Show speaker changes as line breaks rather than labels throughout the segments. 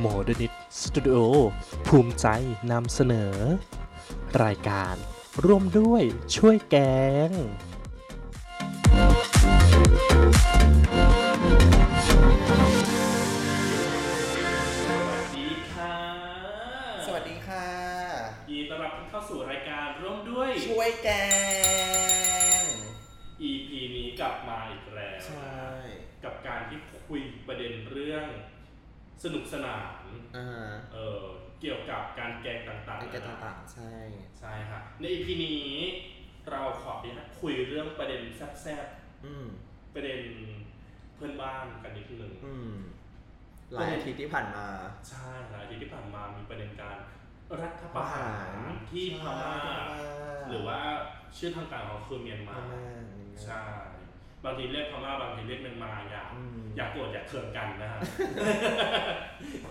โมเดนิตสตูดิโอภูมิใจนำเสนอ รายการร่วมด้วยช่วยแกง
สวัสดีค่ะ
สวัสดีค่ะ
ยินดีต้อนรับทุกเข้าสู่รายการร่วมด้วย
ช่วยแกง
EP นี้กลับมาอีกแล้ว
ใช่
กับการที่คุยประเด็นเรื่องสนุกสนาน
อ่า
เออเกี่ยวกับการแกงต่าง
เป็น
ๆ
แกง
นะ
ต่างๆใช่
ใช่ค่ะใน EP นี้เราขอเนี่ยคุยเรื่องประเด็นแซ่บ
อืม
ๆประเด็นเพื่อนบ้านกันนิดนึง
อืมหลายอาทิตย์ที่ผ่านมา
ใช่หลายอาทีที่ผ่านมามีประเด็นการรัฐประหาร
ประหาร
ที่พม่า
ใช่พม่า
หรือว่าชื่อทางการของคือเมียนมา
มากมาก
ใช่ บางทีเรียกพม่าบางทีเรียกเมียนมาอย่า
อืม
อย่าโกรธอย่าเคืองกันนะ ฮะ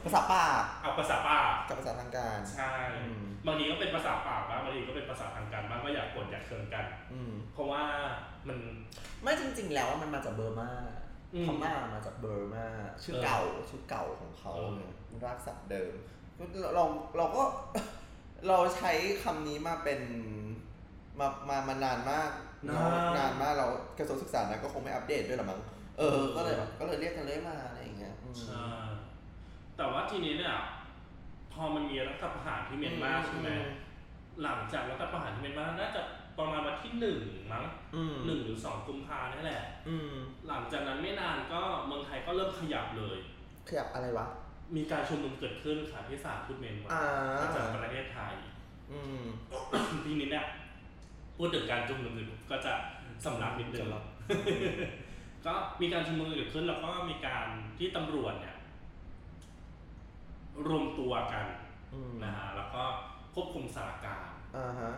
ภาษาปาก
เอาภาษาป่าก
กับภาษาทางการ
ใช่
อืม
บางทีก็เป็นภาษาปากบ้างบางทีก็เป็นภาษาทางการบ้างก็อย่าโกรธอย่าเคืองกัน
อืม
เพราะว่ามัน
ไม่จริงๆแล้วมันมาจากเบอร์มา
อืม
พม่ามาจากเบอร์มาชื่อ
เออ
เก่าชื่อเก่าของเขา
เออ
เนี่ยรากศัพท์เดิมเราเราก็ เราใช้คำนี้มาเป็นมามามานานมากเอะนานมากเรากระทรวงศึกษานะก็คงไม่อัปเดตด้วยหรอมั้งเออก็เลยแบบก็เลยเรียกกันเรื่อยมาอะไรอย่างเงี้ยอืม
ใช่แต่ว่าทีนี้เนี่ยพอมันมีรัฐประหารที่เมียนมาใช่ไหม
อืม
หลังจากรัฐประหารที่เมียนมาน่าจะประมาณวันที่หนึ่งมั้ง
อืม
หนึ่งหรือสองกุมภาเนี่ยแหละ
อืม
หลังจากนั้นไม่นานก็เมืองไทยก็เริ่มขยับเลย
ขยับอะไรวะ
มีการชุมนุมเกิดขึ้นค่ะที่สาลพุทธเมนวัด
อ่า
ประจำประเทศไทย
อืม
ทีนี้เนี่ยพูดถึงการชุมนุมอื่นก็จะสำลักนิดนึง
สำลัก
ก็ มีการชุมนุมเกิดขึ้นแล้วก็มีการที่ตำรวจเนี่ยรวมตัวกัน
อืม
นะฮะแล้วก็ควบคุมสถานการณ์
อ่าฮะ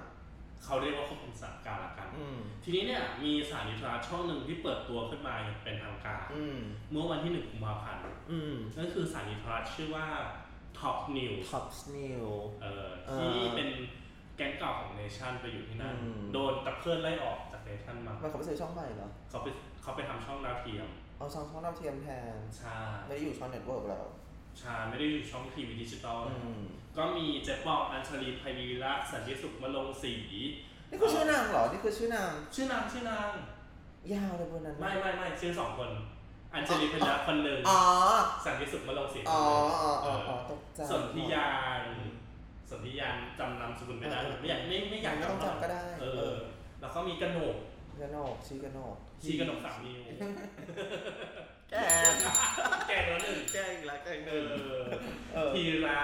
เขาเรียกว่าควบคุมสถานการณ์ละกัน
อืม
ทีนี้เนี่ยมีสถานีโทรทัศน์ช่องหนึ่งที่เปิดตัวขึ้นมาอย่างเป็นทางการ
อืม
เมื่อวันที่หนึ่งกุมภาพันธ์
อืม
นั่นคือสถานีโทรทัศน์ชื่อว่า Top News
ท็อปสนิว
เอ่อ
เอ่อ
ที่เป็นแก๊งเก่าของเนชั่นไปอยู่ที่นั่น
อืม
โดนตะเพื่อนไล่ออกจากเนชั่นมา
มันเขาไปซื้อช่องใหม่เหรอ
เขาไปเขาไปทำช่องดาวเทียม
เอาช่องช่องดาวเทียมแทน
ใช่
ไม่ได้อยู่ช่องเน็ตเวิร์กแล้ว
ใช่ไม่ได้อยู่ช่องทีวีดิจิตอล
อืม
ก็มีเจ๊ปอกอัญชลีไพรีรักษ์สันติสุขมะลงศรี
นี่คือชื่อนางเหรอ นี่คือชื่อนาง
ชื่อนางชื่อนาง
ยาวเลยเบอร์นั้น
ไม่ไม่ไม่ชื่อสองคน อัญชลีไพรีรักษ์คนหนึ่ง
อ๋อ
สันติสุขมะลงศรี
อ๋อ อ๋อ
เอ
อ๋อ
อ
อ๋อตกใจ
สนธิยานสนธิยานจำนามสกุลไม่ได้ไม่อยากไม่ไม่อยาก
ไม่ต้องจำก็ได้
เอ
เอ
อ
อ
แล้วก็มีกระโหนก
กระนอกชีกระนอก
ชีกระหนกสามนิ้ว
แก
แก่แล้วหนึ่ง
แกอีกแล้วแกอีก
เอ
หนึ่ง
อ
เออ
ทีระ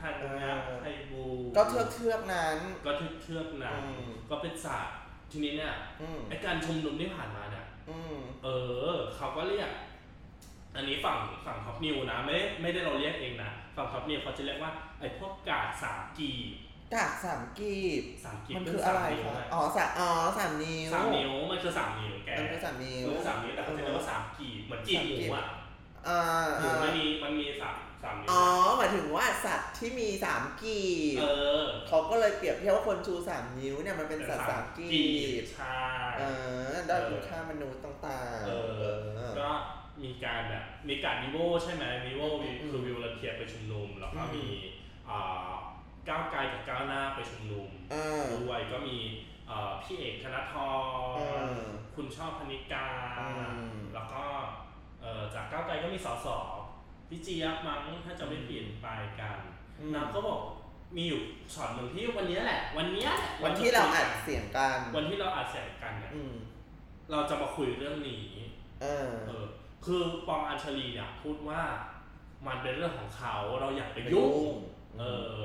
ธัญญา
เออ
ไทบูลย์
ก็เทือกเทือกนั้น
ก็เทือกเทือกหนัง
อืม
ก็เป็นศาสตร์ทีนี้เนี่ย
อืม
ไอการชุมนุมที่ผ่านมาเนี่ย
อืม
เออ เขาก็เรียก อันนี้ฝั่งฝั่งท็อปนิวนะไม่ได้ไม่ได้เราเรียกเองนะฝั่งท็อปนิวเขาจะเรียกว่าไอพวกกาดสามกีบ
กากสามกีบ
สามกีบ
มันคืออะไร
เป็นสา
คะ
ม
อ๋
นิ้ว
อสามอ๋อสามนิ้ว
สามนิ้วมันคือสามนิ้วแก
มันคือสามนิ้ว
มันคือสามนิ้วแต่เขาจะเรียกว่าสามกีบเหมือนกีบหมูอ่ะ
อ่า
หมูมันมีมันมีสามสามนิ้ว
อ๋อ หมายถึงว่าสัตว์ที่มีสามกีบ
เออ
เขาก็เลยเปรียบเทียบว่าคนชูสามนิ้วเนี่ยมันเป็นสัตว์สามกีบ
ใช่
เออด้านคุณค่ามนุษย์ต่างๆ
เออ
เออ
ก็มีการแบบมีการนิโวใช่ไหมนิโว
อืม
คือวิวลเทียไปชุมนุม แล้วก็
อืม
มีอ่าก้าวไกลกับก้าวหน้าไปชุมนุม
เออ
ด้วยก็มีอ่าพี่เอกธนทร
เออ
คุณชอบพนิกา
อืม
แล้วก็เอ่อจากก้าวไกลก็มีสสพี่เจี๊ยบมั้งถ้าจะไม่เปลี่ยนไปกันนางก็บอกมีอยู่ช็อตหนึ่งที่วันเนี้ยแหละ วันเนี้ยแหละ
วันที่เราอัดเสียงกัน
วันที่เราอัดเสียงกันเนี่ย
อืม
เราจะมาคุยเรื่องนี้
เออ
เออ คือปองอัญชลีเนี่ยพูดว่ามันเป็นเรื่องของเขาเราอยากไปยุ่ง
ไปยุ่ง
เออ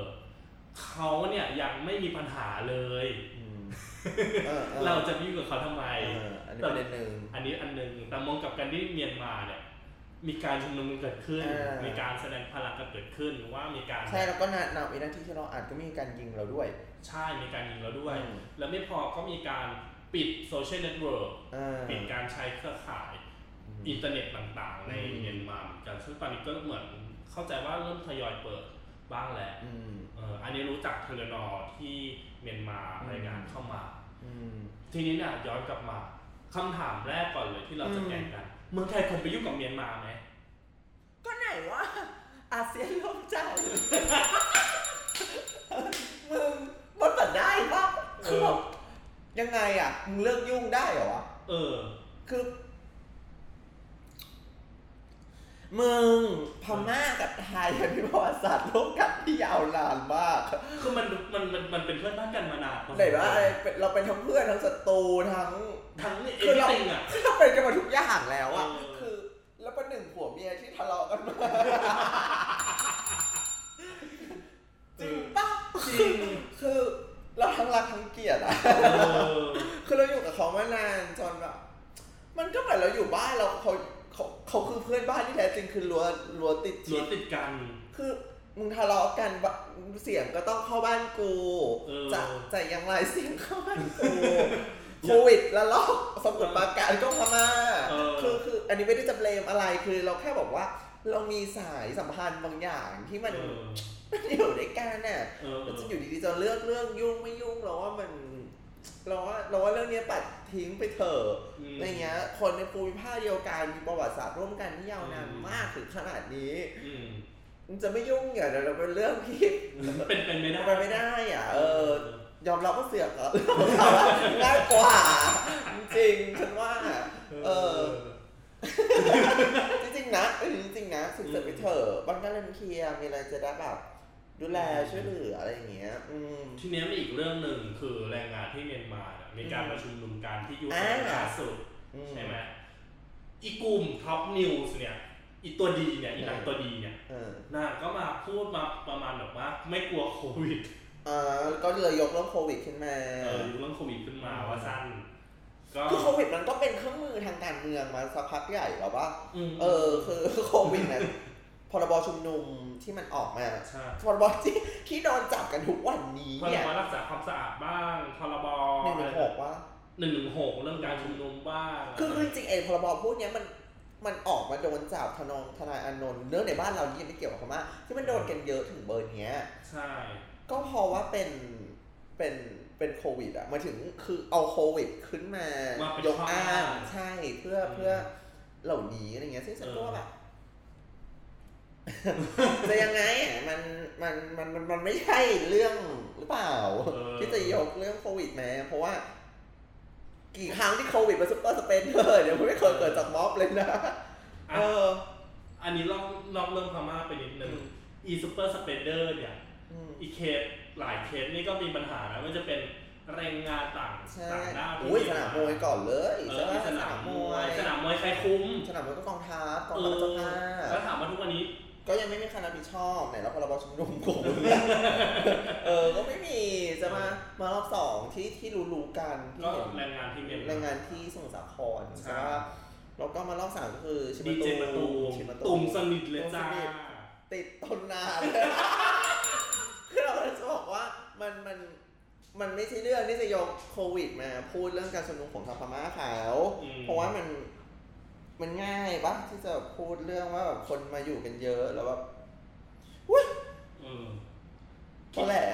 เขาเนี่ยยังไม่มีปัญหาเลย
มเออออ
เราจะไปยุ่งกับเขาทำไม
เอออันนี้ประเด็นหนึ่ง
อันนี้อันหนึ่งแต่มองกลับกันที่เมียนมาเนี่ย มีการชุมนุมกันเกิดขึ้น
เออ
มีการแสดงพลังกันเกิดขึ้นหรือว่ามีการ
ใช่แล้วก็นานาวินาทีที่เราอัดก็มีการยิงเราด้วย
ใช่มีการยิงเราด้วย
อืม
แล้วไม่พอก็มีการปิดโซเชียลเน็ตเวิร์ก
เออ
ปิดการใช้เครือข่าย
อืม
อินเทอร์เน็ตต่างๆ ใน
อืม
เมียนมาเหมือนกันซึ่งตอนนี้ก็เหมือนเข้าใจว่าเริ่มทยอยเปิดบ้างแหละ
อืม
เอออันนี้รู้จักเทเลนอร์ที่เมียนมา
อืม
รายงานเข้ามา
อืม
ทีนี้เนี่ยย้อนกลับมาคำถามแรกก่อนเลยที่เราจะ
อืม
แก่งกัน เมืองไทยควรไปยุ่งกับเมียนมาไหม
ก็ไหนวะ อาเซียนร่วมใจ มึงมันตัดได้ปะคือแบบยังไงอ่ะ มึงเลิกยุ่งได้เหรอวะ
เออ
คือ มึงพม่ากับไทยมีประวัติศาสตร์ร่วมกันที่ยาวนานมาก
คือมันมันมันมันเป็นเพื่อนบ้านกันมานานพอสมควร
ไหนว่าอะไรเป็นเราเป็นทั้งเพื่อนทั้งศัตรูทั้ง
ทั้งเอ
คื
ฟ
อเรา
ติงอ่ะ
เราเป็นกันมาทุกอย่างแล้วอ่ะ
เออ
คือ แล้วเป็นหนึ่งผัวเมียที่ทะเลาะกันมาจริงปะ
จริง
คือเราทั้งรักทั้งเกลียดอ่ะ
เออ
คือเราอยู่กับเขามานานจนแบบ มันก็เหมือนเราอยู่บ้านเราเขาเขาเขาคือเพื่อนบ้านที่แท้จริงคือรั้วรั้วติด
ล้
ชิ
วน
ด
ติดกัน
คือมึงทะเลาะกันบะเสียงก็ต้องเข้าบ้านกู
เออ
จะจะอยังไรเสียงเข้าบ้านกู โควิดละลอกสมุดปราการก็พม่า
เออ
คือคือ อันนี้ไม่ได้จะเบลมอะไรคือเราแค่บอกว่า เรามีสายสัมพันธ์บางอย่างที่มัน
เออ
มันอยู่ด้วยกันน่ะ
เออเอ
มัน
อ
จะอยู่ดีๆจะเลือกเรื่องยุ่งไม่ยุ่งเราว่ามันเราว่าเราว่าเรื่องเนี้ยปัดทิ้งไปเถอะ
ม
อะไรเงี้ย คนในภูมิภาคเดียวกันมีประวัติศาสตร์ร่วมกันที่ยาวนาน
อืม
มากถึงขนาดนี้
อืม
มันจะไม่ยุ่งอย่าเดี๋ยวเราเป็นเรื่องที่
เป็นเป็นไม่ได้
มันไม่ได้อ่ะเออยอมรับว่าเสือกเหรอ ง่ายกว่า จริงๆฉันว่า เออ จริงๆนะเออจริงๆนะสึกเสร็จไปเถอะบ้านก็เล่นเคลียร์มีอะไรจะได้แบบดูแลช่วยเหลืออะไรอย่างเงี้ย อืม
ทีเนี้ยมีอีกเรื่องหนึ่งคือแรงงานที่เมียนมาเนี่ยมีการประชุมนุมกันที่ยูเอ็น
อ่า
ล่าสุด
อืม
ใช่ไหมอีกลุ่มท็อปนิวส์เนี่ยอีตัวดีเนี่ยอีหนัง
เออ
ตัวดีเนี่ย
เออน
างก็มาพูดมาประมาณแบบว่า ไม่กลัวโควิด
อ่าก็เลยยกเรื่องโควิดขึ้นมา
เอออยู่เรื่องโควิดขึ้นมาว่าสั้นก็
คือโควิดมันก็เป็นเครื่องมือทางการเมืองมาสักพักใหญ่แล้วว่า
อืม
เออ คือโควิดนั้นพรบชุมนุมที่มันออกมา
ใช่
พรบที่ที่โดนจับกันทุกวันนี้
พร
เนี่ย
บรักษาความสะอาดบ้างพรบ
หนึ่งหนึ่งหกว่า
หนึ่งหนึ่งหกเรื่องการชุมนุมบ้าง
คือคือจริงๆไอ้พรบพวกเนี้ยมันมันออกมาโดนจับทนองทนายอานนท์เรื่องในบ้านเรานี่ยังไม่เกี่ยวกับเขามากที่มันโดนกันเยอะถึงเบอร์เนี้ย
ใช่
ก็เพราะว่าเป็นเป็นเป็นโควิดอะหมายถึงคือเอาโควิดขึ้นมา
าเป็น
ยกอ้าง
ข้ออ้าง
ใช่เพื่อ
อืม
เพื่อเหล่านี้อะไรเงี้ยซึ่งฉันก็ว่า
เออ
แบบ จะยังไงอะมันมันมันมันมันไม่ใช่เรื่องหรือเปล่า
เออ
ที่จะยกเรื่องโควิดมาเพราะว่า กี่ครั้งที่โควิดเป็นซุปเปอร์สเปนเดอร์เดี๋ยวมันไม่เคยเกิดจากม็อบเลยนะ
อ่ะ
เออ
อันนี้ลอกลอกเรื่องพม่าไปนิดนึง
อืม
อีซูเปอร์สเปนเดอร์เนี่ย
อืม
อีกเคสหลายเคสนี่ก็มีปัญหานะมันจะเป็นแรงงานต่าง
ใช่
ต่างด้าวที่
อุ้ยสนามมวยก่อนเลย
เอ
ใช่ไหม
อสนาน
สาม ม
ม
ม
ว
วย ย
สนามมวยใครคุ้ม
สนามมวยก็กองทัพกอง
เอ
ทัพ
อ
เจ้าภา
แล้ว
พ
ถามว่าทุกวันนี้
ก็ยังไม่มีใครรับผิดชอบไหนแล้วพรบชุมนุมกู เออ ก็ไม่มีจะมามารอบสองที่ที่รู้รู้ๆกันที่
ก็
เห็น
แรงงานที่เมียนม
แรงงานที่สมุทรสาคร
ใช่
ใช่ปะแล้วก็มารอบสามก็คือชิ
ดีเจ
ม
มาตูม
ชิมา
ตุ่มสนิทเลยจ้า
ติดต้นนาน คือเราจะบอกว่ามันมันมันไม่ใช่เรื่องที่จะยกโควิดมาพูดเรื่องการชุมนุมของทางพม่าเขา
อืม
เพราะว่ามัน มันง่ายปะที่จะพูดเรื่องว่าแบบคนมาอยู่กันเยอะแล้วแบบอุ้ย
เออ
พอแหละ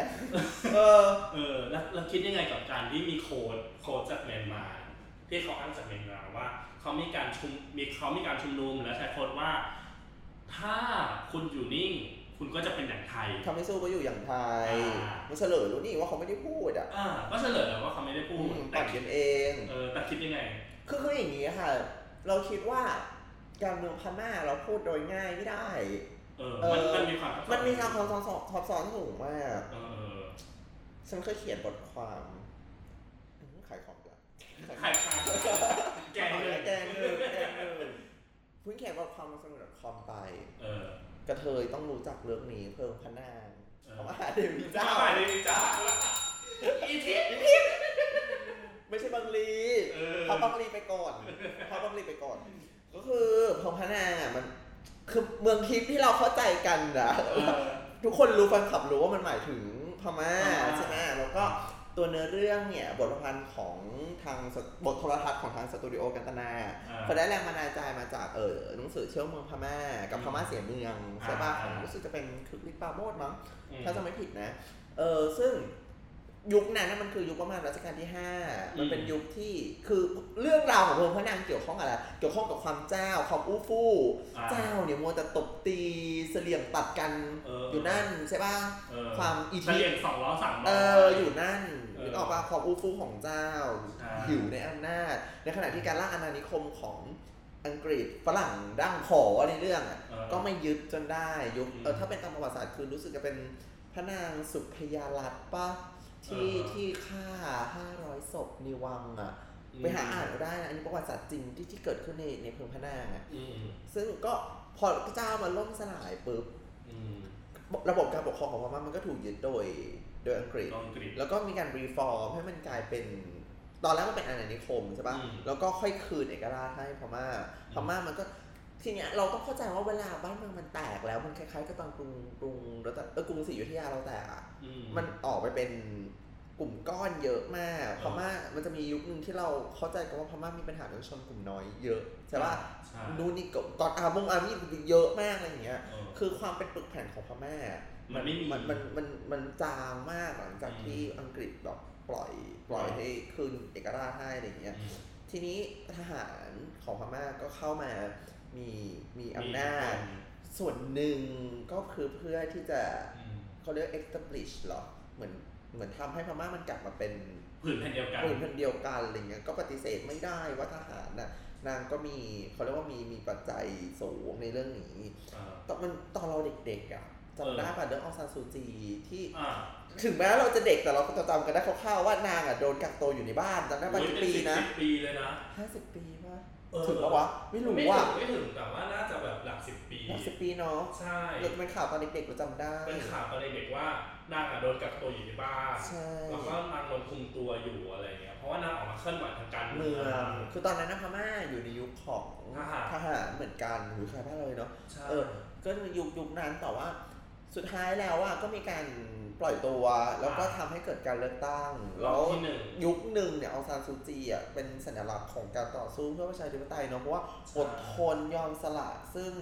เออ
เออแล้วแล้วคิดยังไงกับการที่มีโค้ดโค้ดจากเมียนมาที่เขาอ้างจากเมียนมาว่าเขามีการชุมมีเขามีการชุมนุมและใช้โค้ดว่า ถ้าคุณอยู่นิ่ง คุณก็จะเป็นอย่างไทย
ทำให้สู้ก็อยู่อย่างไทย
อ่ามั
มันเฉลยรู้นี่ว่าเขาไม่ได้พูดอ่ะ
อ่าก็เฉลยแล้วว่าเขาไม่ได้พูด
อืม
แต่
ปั่น
คิด
กันเอง
เออแต่คิดยังไง
คือคืออย่างนี้ค่ะ เราคิดว่า การเมืองพม่าเราพูดโดยง่ายไม่ได้
เออ มัน
เออ
มันมีความซับซ้อ
มันมีความซับซ้อนซับซ้อนสูงมาก
เออ
ฉันเคยเขียนบทความอืมขายของด้วย
ขายขาดแกงเลย
แกงเลยแกงเลยเพิ่งเขียนบทความลงสมุดคอมไป
เออ
กระเทยต้องรู้จักเรื่องนี้เพิ่มพนาง
เออ
เพราะว่าเดวีเจ้า
ไปเลยจ้าอีทิศ
ไม่ใช่บังลี
เออ
เขาบังลีไปก่อนเขาบังลีไปก่อน ก็คือเพิ่มพนางอะมัน คือเมืองทิพย์ที่เราเข้าใจกันนะ
เออ
ทุกคนรู้แฟนคลับรู้ว่ามันหมายถึงพม่า
พม่า
ใช่ไหมแล้วก็ตัวเนื้อเรื่องเนี่ยบทประพันธ์ของทางสตบทโทรทัศน์ของทางสตูดิโอกันตนา
อ่า
เขาได้แรงบันดาลใจมาจากเออหนังสือเชี่ยวเมืองพม่ากับพม่าเสียเมืองใช่ป่ะ
อ่า
ของรู้สึกจะเป็นคึกฤทธิ์ปราโมดมั้ง
อืม
ถ้าจะไม่ผิดนะ เออซึ่ง ยุคนั้นนะมันคือยุคประมาณรัชกาลที่ 5 มันเป็นยุคที่คือเรื่องราวของพระองค์พระนางเกี่ยวข้องกับอะไร เกี่ยวข้องกับความเจ้าความอู้ฟู่
อ่า
เจ้าเนี่ยมัวแต่ตบตีเสลี่ยงตัดกัน
เอออ
ยู่นั่นใช่ป่ะ
เออ
ความอีทิ
เฉลี่ยงสองล้อสามล้อ
เอออยู่นั่น
เออ
นึกออกป่ะความอู้ฟู่ของเจ้า
ใช่
หิวในอำนาจ ในขณะที่การล่าอาณานิคมของอังกฤษฝรั่งดั้งขอในเรื่องอะ
เออ
ก็ไม่ยึดจนได้ยุค
อืม
เออถ้าเป็นตามประวัติศาสตร์คือรู้สึกจะเป็นพระนางสุพยาลัตน์ป่ะที่
เออ
ที่ฆ่า 500ศพในวังอ่ะ ไปหาอ่านเอาได้นะอันนี้ประวัติศาสตร์จริงที่ที่เกิดขึ้นในในเพิงพระนางอ่ะ
อืม
ซึ่งก็พอเจ้ามันล่มสลายปุ๊บ
อืม
ระบบการปกครองของพม่ามันก็ถูกยึดโดยโดยอังกฤษ
ลองกรีด
แล้วก็มีการรีฟอร์มให้มันกลายเป็น ตอนแรกมันเป็นอาณานิคมใช่ปะ่ะ
อืม
แล้วก็ค่อยคืนเอกราชให้พม่า พม่ามันก็ทีเนี้ยเราต้องเข้าใจว่าเวลาบ้านเมืองมันแตกแล้วมันคล้ายๆกับตอนกรุงกรุงรัตนเออกรุงศรีอยุธยาเราแตกอ่ะ มันออกไปเป็นกลุ่มก้อนเยอะมาก พม่ามันจะมียุคหนึ่งที่เราเข้าใจกันว่าพม่ามีปัญหาเรื่องชนกลุ่มน้อยเยอะใช่ปะ่ะ
ใช่
นู่นนี่ก็ตอนอาร์มงอาร์มี่เยอะมากอะไรอย่างเงี้ย
เออ
คือความเป็นปึกแผ่นของพม่า
มันไม่มี
มันมันมันมันจางมากหลังจากที่อังกฤษแบบปล่อยปล่อยให้คืนเอกราชให้อะไรอย่างเงี้ย
อืม
ทีนี้ทหารของพม่าก็เข้ามามีมีอำนาจ ส่วนหนึ่งก็คือเพื่อที่จะ
อืม
เขาเรียก establish เหรอ เหมือนเหมือนทำให้พม่ามันกลับมาเป็น
ผืนแผ่นเดียวกัน
กลุ่มพันเดียวกันอะไรเงี้ย ก็ปฏิเสธไม่ได้ว่าทหารน่ะนางก็มีเขาเรียกว่ามีมีปัจจัยสูงในเรื่องนี้
เออ
ตอนมันตอนเราเด็กๆอ่ะ
เออ
จำได้ป่ะเรื่ององซานซูจีที่
อ่ะ
ถึงแม้เราจะเด็กแต่เราก็จำกันได้คร่าวๆว่านางอ่ะโดนกักตัวอยู่ในบ้านจำได้ป่ะ
โอ้ย
กี่
เ
ปีนะ
สิบปีเลยนะ
ห้าสิบปีป่ะ
เออ
ถึงปะวะไม่รู้
ไม่
ว่า
ถึงไม่ถึงแต่ว่าน่าจะแบบหลักสิบปี
ห้าสิบปีเนาะ
ใช่
เด็กมันข่าวตอนเด็กๆเราจำได้
เป็นข่าวตอนเด็กๆว่านางอะโดนกักตัวอยู่ในบ้าน
ใช่
แล้วก็นางโดนคุมตัวอยู่อะไรเงี้ยเพราะว่านางออกมาเคลื่อนไหวทางการเมื
เมื
อ
อง งคือตอนนั้นนะพม่าอยู่ในยุคของ
ทหาร
ทหารเหมือนกันหรือใครบ้างเลยเนาะ
ใช่
เออ ก็ในยุคยุคนั้นแต่ว่า สุดท้ายแล้วอ่ะก็มีการปล่อยตัว แล้วก็ทำให้เกิดการเลือกตั้ง
รอ
แล้
บ
ว
ที่หนึ่ง
ยุคหนึ่งเนี่ยองซานซูจีอ่ะเป็นสัญลักษณ์ของการต่อสู้เพื่อประชาธิปไตยเนาะเพราะว่า
ใช่
อดทนยอมสละซึ่ง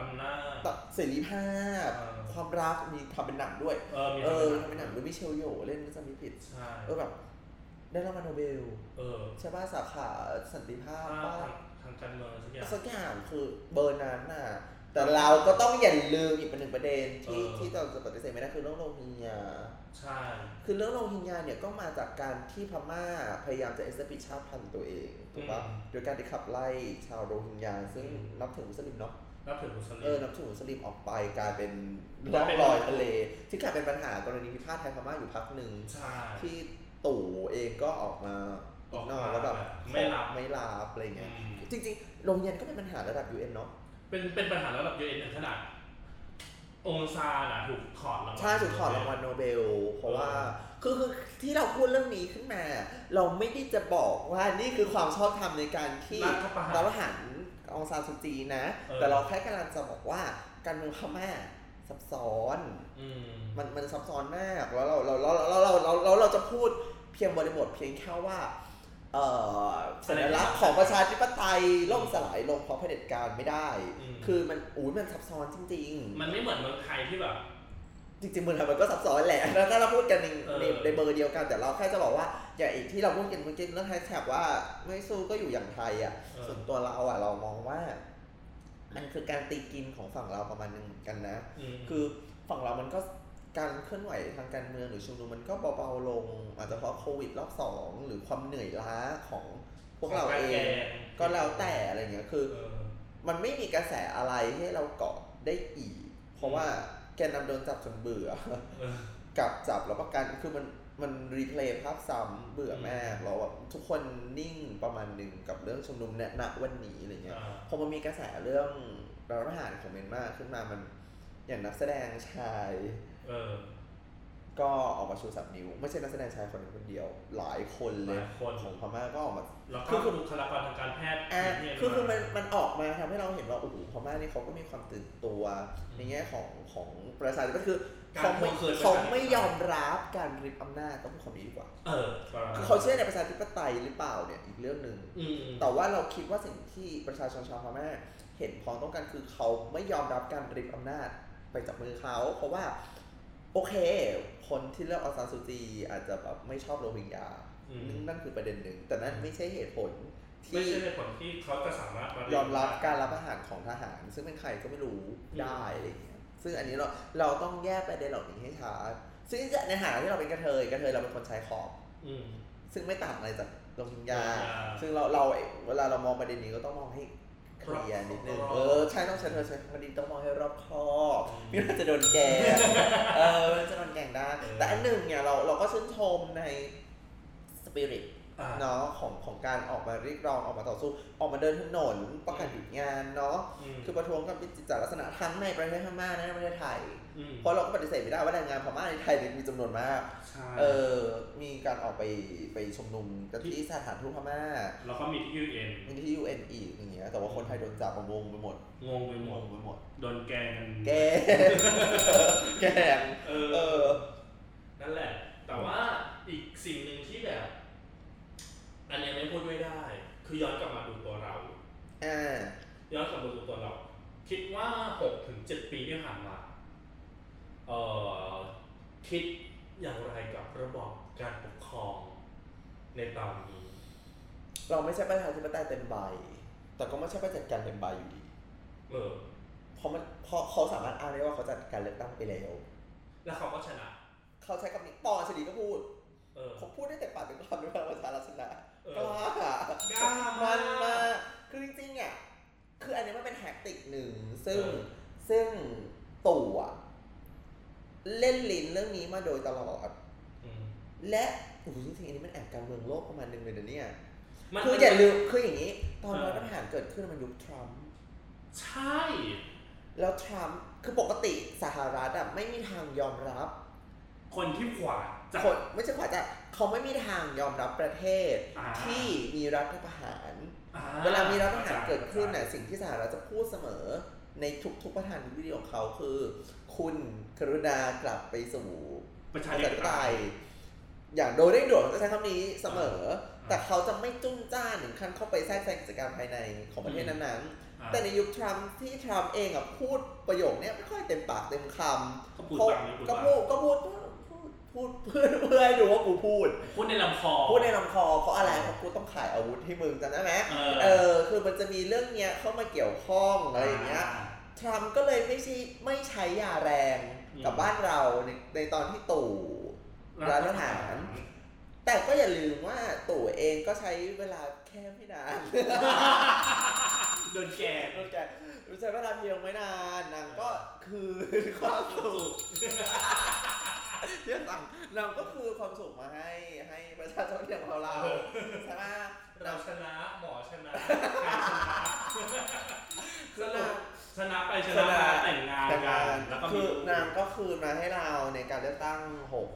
อำนาจ
ต่อเสรีภาพ
อ่า
ความรักมีทำเป็นหนังด้วย
เออมี
เออ
ทำ
ทำเป็นหนังด้วยมิเชลโยเล่นจะมีผิด
ใช่
เออแบบได้รับมาโนเบล
เออ
ใช่ป่ะสาขาสันติภาพ
ทาง
ป่ะ
ทางการเมืองสักอย่าง
สักอย่างคือเบอร์นั้นน่ะแต่เราก็ต้องอย่าลืมอีกเป็นหนึ่งประเด็นที่
เออ
ที่เราจะปฏิเสธไม่ได้คือเรื่องโรฮิงญา
ใช่
คือเรื่องโรฮิงญาเนี่ยก็มาจากการที่พม่าพยายามจะเอสติชาติพันธุ์ตัวเองถูกปะโดยการที่ขับไล่ชาวโรฮิงญาซึ่งนับถือมุสลิมเนาะ
นับถือมุสลิม
เออนับถือมุสลิมออกไปกลายเป็น
ก
ร่
ลา
อย
เป็น
งรอยทะเลที่กลายเป็นปัญหากรณีพิพาทไทยพม่าอยู่พักหนึ่ง
ใช่
ที่ตู่เองก็ออกมา
ออก
น
มา
อกแล้วแบบ
ไม่รับ
ไม่ลาบอะไรเงี้ย
อืม
จริงๆโรงเรียนก็เป็นปัญหาระดับ UN เนาะ
เป็นเป็นปัญหาระดับยูเอ็นถึงขนาดองซาน่ะถูกถอดรางวัล
ใช่ถูกขอรางวัลโนเบล เพราะว่าคือคือที่เราพูดเรื่องนี้ขึ้นมา เราไม่ได้จะบอกว่านี่คือความชอบธรรมในการที่
รัฐประหาร
เราทหารองซานซูจีนะ
เออ
แต่เราแค่กำลังจะบอกว่าการเมืองพม่าซับซ้อน
อืม
มันมันซับซ้อนมากแล้วเราเราเราเราเราเราเราเราจะพูดเพียงบริบทเพียงแค่ว่าเอ่อสัญลักษณ์ของประชาธิปไตยล่มสลายลงเพราะเผด็จการไม่ได้
อืม
คือมันอุ้ยมันซับซ้อนจริง
มันไม่เหมือนเมืองไทยที่แบบ
ๆ จริงๆเมืองไทยมันก็ซับซ้อนแหละ แล้วถ้าเราพูดกันใน
เออ
ในในเบอร์เดียวกันแต่เราแค่จะบอกว่าอย่างอีกที่เราพูดกันเมื่อกี้เรื่องแฮชแท็กว่าไม่สู้ก็อยู่อย่างไทยอ่ะ
เออ
ส่วนตัวเราอะเรามองว่า มันคือการตีกินของฝั่งเราประมาณหนึงเหมือนกันนะ
ม
คือฝั่งเรามันก็การเคลื่อนไหวทางการเมืองหรือชุมนุมมันก็เบาๆลง อาจจะเพราะโควิดรอบสองหรือความเหนื่อยล้าของพวกเรา
ข
เอ
แก
ง
น
ก็แล้วแต่อะไรเงี้ยคือ
เออ
มันไม่มีกระแสอะไรให้เราเกาะได้อีก เพราะว่าแกนนำโดนจับจนเบื่อ
เออ
กลับจับแล้วประกันคือมันมันรีเพลย์ภาพซ้ำเบื่อมากเราแบบทุกคนนิ่งประมาณหนึ่งกับเรื่องชุมนุมณณวันนี้อะไรเงี้ย
อ่า
พอมันมีกระแสเรื่องรัฐประหารของเมียนมาขึ้นมามันอย่างนักแสดงชาย
เออ
ก็ออกมาชูสามนิ้ว ไม่ใช่นักแสดงชายคนนึงคนเดียว หลายคน
ห
เล
ลาย ยคน
ของพม่าก็ออกมา
แล้วก็บุคลากรทางการแพทย์
อ่ะ
ที่เย
คือคือมัน
มา
มันออกมาทำให้เราเห็นว่าโอ้โหพม่านี่เขาก็มีความตื่นตัว ในแง่ของของประชาชนก็คือ
การ
เขา
ท
ไม่
วงคืนประชาธิปไตย
เขาไม่ยอมรับการริบอำนาจต้องพูดคำนี้ดีกว่า
เออประมณ
คือเขาเชื่อในประชาธิปไตยหรือเปล่าเนี่ยอีกเรื่องหนึ่ง
อืม
แต่ว่าเราคิดว่าสิ่งที่ประชาชนชาวพม่าเห็นพ้องต้องกันคือเขาไม่ยอมรับการริบอำนาจไปจากมือเขา เพราะว่า โอเค คนที่เลือกอองซานซูจีอาจจะแบบไม่ชอบโรฮิงญา
อืม
นั่นคือประเด็นหนึ่ง แต่นั่นไม่ใช่เหตุผล
ไม่
ที่
ใช่ในผลที่เขาจะสามารถมาย
ยอมรับการรับอาหารของทหาร ซึ่งเป็นใครก็ไม่รู้ได้อะไรอย่างเงี้ยซึ่งอันนี้เราเราต้องแยกประเด็นเหล่านี้ให้ชัดซึ่งในฐานะที่เราเป็นกระเทยกระเทยเราเป็นคนชายขอบ
อืม
ซึ่งไม่ต่างอะไรจากโรฮิงญา
อ่า
ซึ่งเราเราเวลาเรามองประเด็นนี้ก็ต้องมองให้เคลียร์นิดนึง
รอบคอบ
เออ ใช่ต้องใช้เธอใช้คดีต้องมองให้รอบคอบ
อืม
ไม่งั้นจะโดนแกงเออมันจะโดนแกงได้
เออ
แต่อันหนึ่งเนี่ยเราเราก็ชื่นชมในสปิริต
อ่า
เนาะของของการออกมาเรียกร้องออกมาต่อสู้ ออกมาเดินถนนประกาศหยุดงานเนาะ
อืม
คือประท้วงกันเป็นจิตจาลักษณะทั้งในประเทศพม่าและในประเทศไทย
อืม
เพราะเราก็ปฏิเสธไม่ได้ว่าแรงงานพม่าในไทยเนี่ยมีจำนวนมาก
ใช่
เออ มีการออกไปไปชุมนุมกันที่สถานทูตพม่า
แล้วก็มีที่ยูเอ็น
มีที่ UN อีกอย่างเงี้ย แต่ว่าคนไทยโดนจับงงไปหมด
งงไปหมด
งไปหมด
โดนแกงกัน
แกแกง
เอ
เอ
อ
อ
นั่นแหละ แต่ว่าอีกสิ่งหนึ่งที่แบบ อันเนี้ยไม่พูดไม่ได้ คือย้อนกลับมาดูตัวเรา
อ่า
ย้อนกลับมาดูตัวเรา คิดว่าหกถึงเจ็ดปีที่ผ่านมาเอ่อคิดอย่างไรกับระบอบการปกครองในตอนนี้
เราไม่ใช่ประชาธิปไตยเต็มใบ แต่ก็ไม่ใช่ประจัดการเต็มใบอยู่ดี
เออ
เพราะมันเพราะเขาสามารถอ้างได้ว่าเขาจัดการเลือกตั้งไปแล้ว
แล้วเขาก็ชนะ
เขาใช้คำนี้ปอนชดีก็พูด
เออ
เขาพูดได้แต่ปากเป็นคำด้วยว่าประชาชนะ
เออก
ล้าก
กล้ามาก
นมากคือจริงๆอ่ะคืออันนี้มันเป็นแฮกติกหนึ่ง ซึ่ง
เออ
ซึ่งตู่อะเล่นลิ้นเรื่องนี้มาโดยตลอด
อืม
และโอ้โหจริงๆอันนี้มันแอบการเมืองโลกประมาณหนึงเลยนะเนี่ย
มัน
คืออย่าลืมคืออย่างนี้ ตอน
เออ
รัฐประหารเกิดขึ้นมันยุคทรัมป์
ใช่
แล้วทรัมป์คือปกติสหรัฐอะไม่มีทางยอมรับ
คนที่ขวาจะ
คนไม่ใช่ขวาจะเขาไม่มีทางยอมรับประเทศ
อ่า
ที่มีรัฐประหาร
อ่
เวลามีรัฐประหารเกิดขึ้นน่ะสิ่งที่สหรัฐจะพูดเสมอในทุกๆประธานวิดีโอของเขาคือ คุณกรุณากลับไปสู่
ประ
ป
ชา
ระ
ธิป
ชาธิป
ไต
ไต
ย
ยอย่างโดยเร่งด่วนเขาจะใช้คำนี้เสมอ
า
แต่เขาจะไม่จุ้งจ้านถึงขั้นเข้าไปแทรกแซงกิจการภายในของประเทศ
อืม
นั้น
อ่า
ๆ แต่ในยุคทรัมป์ที่ทรัมป์เองอะพูดประโยคเนี้ยไม่ค่อยเต็มปากเต็มคำ
เขาพูด
เขา
ตามนี้
ก็
ตาม
พูดก็พูดพูดพูดเพื่อเพื่อให้ดูว่ากูพูด
พูดในลำคอ
พูดในลำคอเพราะอะไรเพราะกูต้องขายอาวุธให้มึงจำได้ไหม
เออ
เออ คือมันจะมีเรื่องเนี้ยเข้ามาเกี่ยวข้องอะไรอย่างเงี้ย ทรัมป์ก็เลยไม่ใช่ไม่ใช้ยาแรงกับ
อืม
บ้านเราในในตอนที่ตู่รัฐประหาร แต่ก็อย่าลืมว่าตู่เองก็ใช้เวลาแค่ไม่นาน
โดนแกง
รู้จักรู้จักเวลาเพียงไม่นานนางก็คือความสุขเรื่องต่างนางก็คือความสุขมาให้ให้ประชาชนอย่างเราเรา
เออ
ใช่ไหม
เรา
นาง
ชนะหมอชนะใครชนะชนะไปช
ช
นะ
นะ
มาแต่งงาน
แต่
กั
งาน น
แล้วก็
คื
มี
อ
ลูก
นางก็คืนมาให้เราในการเลือกตั้งหก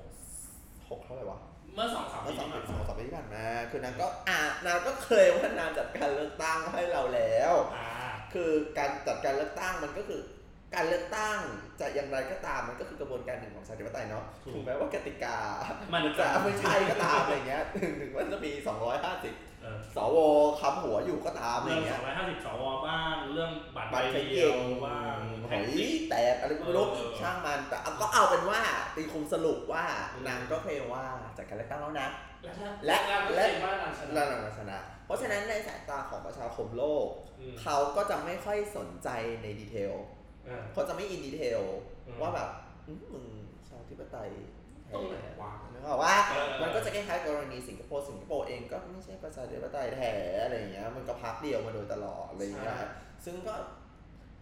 หกเท่าไหร่วะ
เมื่อสองสาม
เมื่
ปี
อส
ที่ผ่านมา
องสองสามปีที่ผ่านมาคือนางก็อ่านางก็เคยว่านางจัดการเลือกตั้งให้เราแล้ว
อ่า
คือการจัดการเลือกตั้งมันก็คือการเลือกตั้งจะอย่างไรก็ตามมันก็คือกระบวนการหนึ่งของประชาธิปไตยเนาะถึงแม้ว่ากติกา
มัน
จะไม่ใช่ก็ตามอะไรเงี้ย ถึงถึงมันจะมี 250
เออ
สวค้ำหัวอยู่ก็ตามอะไร
เรื่องส
เงี้
อย งร้อยห้าสิบสวบ้าง เรื่องบัตร
บัตร
ใบ
เสี
เดี
ย
ย
ง
วบ้าง
ห
แท็
อก ย
ติก
แตกอะไรก็ไม่รู้
เออ
ช่างมันแต่เอาก็เอาเป็นว่าตีคงสรุปว่า
อืม
นางก็เคลมว่าจัดการเลือกตั้งแล้วนะ
และ
และ
และ
และ
ว่านางช
แล้
นะ
วนางก็ชนะ เพราะฉะนั้นในสายตาของประชาคมโลก
อืม
เขาก็จะไม่ค่อยสนใจในดีเทล
อ่า
เขาจะไม่อินดีเทล
อืม
ว่าแบบอื้อมึงชาธิปไตย
ตรงไหนวะ
นึกออกว่า
เออ
มันก็จะคล้ายๆกรณีสิงคโปร์สิงคโปร์เองก็ไม่ใช่ประชาธิปไตยแท้อะไรอย่างเงี้ยมันก็พักเดียวมาโดยตลอดอะไรอย่างเงี้ยซึ่งก็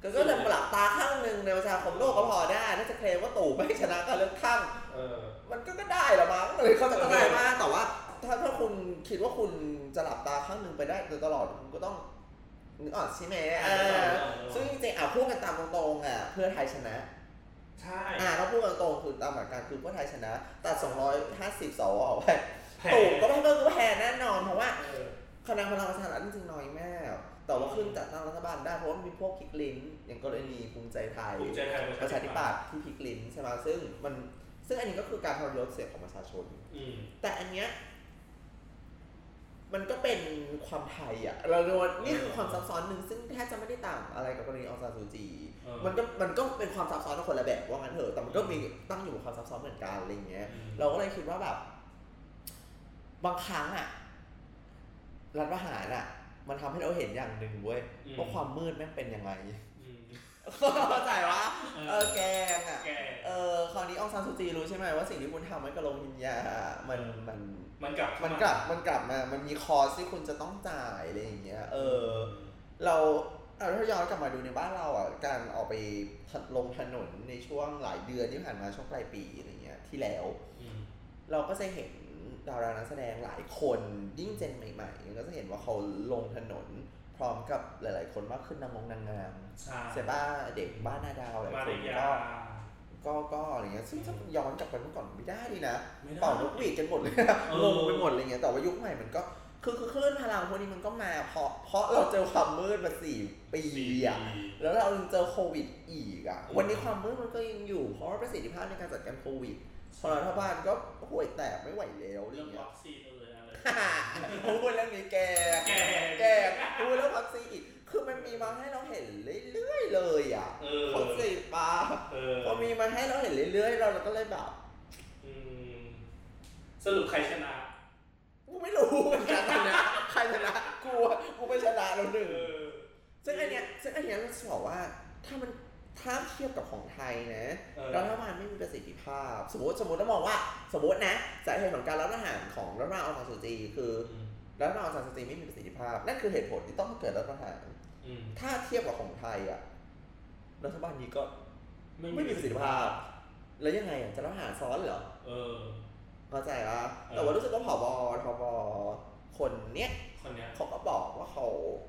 ก็ก็เลยปรับตาข้างหนึ่งในประชาคมโลกก็พอได้ถ้าจะเคลมว่าตู่ไม่ชนะการเลือกตั้ง
เออ
มันก็ก็ได้ละมั้งเลยเขาจะก็ได้มากแต่ว่า ถ้าถ้าคุณคิดว่าคุณจะหลับตาข้างหนึ่งไปได้โดยตลอดคุณก็ต้องนึกออกใช่ไหมอ่า
เออเออเออ
ซึ่งจริงๆอ่ะพูดกันตามตรงๆอ่ะเพื่อไทยชนะ
ใช่
อ่ะถ้าพูดกันตรงคือตามหลักการคือเพื่อไทยชนะตัด250สวออกไป
แพ้
ตู่ก็ไม่ก็คือแพ้แน่นอนเพราะว่า
เออ
คะแนนพลังประชารัฐจริงๆน้อยมากแต่ว่าขึ้นจัดตั้งรัฐบาลได้เพราะว่ามีพวกพลิกลิ้นอย่างกรณีภูมิใจไทย
ภูมิใจไทย
ประชาธิปัตย์ที่พลิกลิ้นใช่ไหมซึ่งมันซึ่งอันนี้ก็คือการทำลายเสียงของประชาชน
อืม
แต่อันเนี้ย มันก็เป็นความไทยอ่ะ เราโดนนี่คือความซับซ้อนหนึ่งซึ่งแทบจะไม่ได้ต่างอะไรกับกรณีอองซานซูจี
เออ
มันก็มันก็เป็นความซับซ้อนคนละแบบว่างั้นเถอะ แต่มันก็มีตั้งอยู่บนความซับซ้อนเหมือนกันอะไรอย่างเงี้ย เราก็เลยคิดว่าแบบ บางครั้งอ่ะ รัฐประหารอ่ะ มันทำให้เราเห็นอย่างหนึ่งเว้ย
อืม
ว่าความมืดแม่งเป็นยังไง
อืม
เข้าใจว่า
เออ
เออแกงอ่ะ
แก
เออคราวนี้อองซานซูจีรู้ใช่ไหมว่าสิ่งที่คุณทำไว้กับโรฮิงญามันมัน
มันกลับ
มันกลับมันกลับมา มันมีคอร์สที่คุณจะต้องจ่ายอะไรอย่างเงี้ย เออ เราเอาถ้าย้อนกลับมาดูในบ้านเราอ่ะ การออกไปลงถนนในช่วงหลายเดือนที่ผ่านมาช่วงปลายปีอะไรเงี้ยที่แล้ว
อืม
เราก็จะเห็นดารานักแสดงหลายคนยิ่งเจนใหม่ๆ ก็จะเห็นว่าเขาลงถนนพร้อมกับหลาย ๆ คนมากขึ้นนางงนางงาม
ใช่
เซบ้าเด็กบ้านนาดาวหลาย
มา
ค
เรี
นก็
ยา
ก็ก็อะไรเงี้ยซึ่งถ้าย้อนกลับไปเมื่อก่อนไม่ได้นี่นะ
ไม่ได้
เป่านกหวีดกันหมดเลย
เออ
ลงไปหมดอะไรเงี้ยแต่ว่ายุคใหม่มันก็คือคือคลื่นพลังพวกนี้มันก็มาเพราะเพราะเราเจอความมืดมาสี่ปีอ่ะแล้วเรายังเจอโควิดอีกอ่ะวันนี้ความมืดมันก็ยังอยู่ เพราะว่าประสิทธิภาพในการจัดการโควิดพอรัฐบาลก็ห่วยแตกไม่ไหวแล้วอะไร
เรื่อง
เงี้
วั
ย
คซีนเอยอะไร
พูดเรื่องนี้แก
แก
แกพูดเรื่องวัคซีนอีกคือมันมีมาให้เราเห็นเรื่อยๆเลยอ่ะ
เออ
คนสิปา
เออ
พอมีมาให้เราเห็นเรื่อยๆเราก็เลยแบบ
อืมสรุปใครชนะ
กูไม่รู้เหมือนกันตอนเนะใครชนะกูอะกูไปชนะแล้วหนึ่ง
เออ
ซึ่งอันเนี้ยซึ่งอันเนี้ยเราจะบอกว่าถ้ามันถ้าเทียบกับของไทยนะ
เออ
รัฐบาลไม่มีประสิทธิภาพ สมมติสมมติเรามองว่า สมมตินะสาเหตุของการรัฐประหารของรัฐบาลอองซานซูจี คือรัฐบาลอองซานซูจีไม่มีประสิทธิภาพ นั่นคือเหตุผลที่ต้องเกิดรัฐประหาร
อืม
ถ้าเทียบกับของไทยอะรัฐบาลนี้ก็ไม่มีประสิทธิภาพ แล้วยังไงอะจะรัฐประหารซ้อนเหรอ
เออ
เข้าใจปะ
เออ
แต่ว่ารู้สึกว่าผบทบคนเนี้ย
คนเนี้ย
เขาก็บอกว่าเขา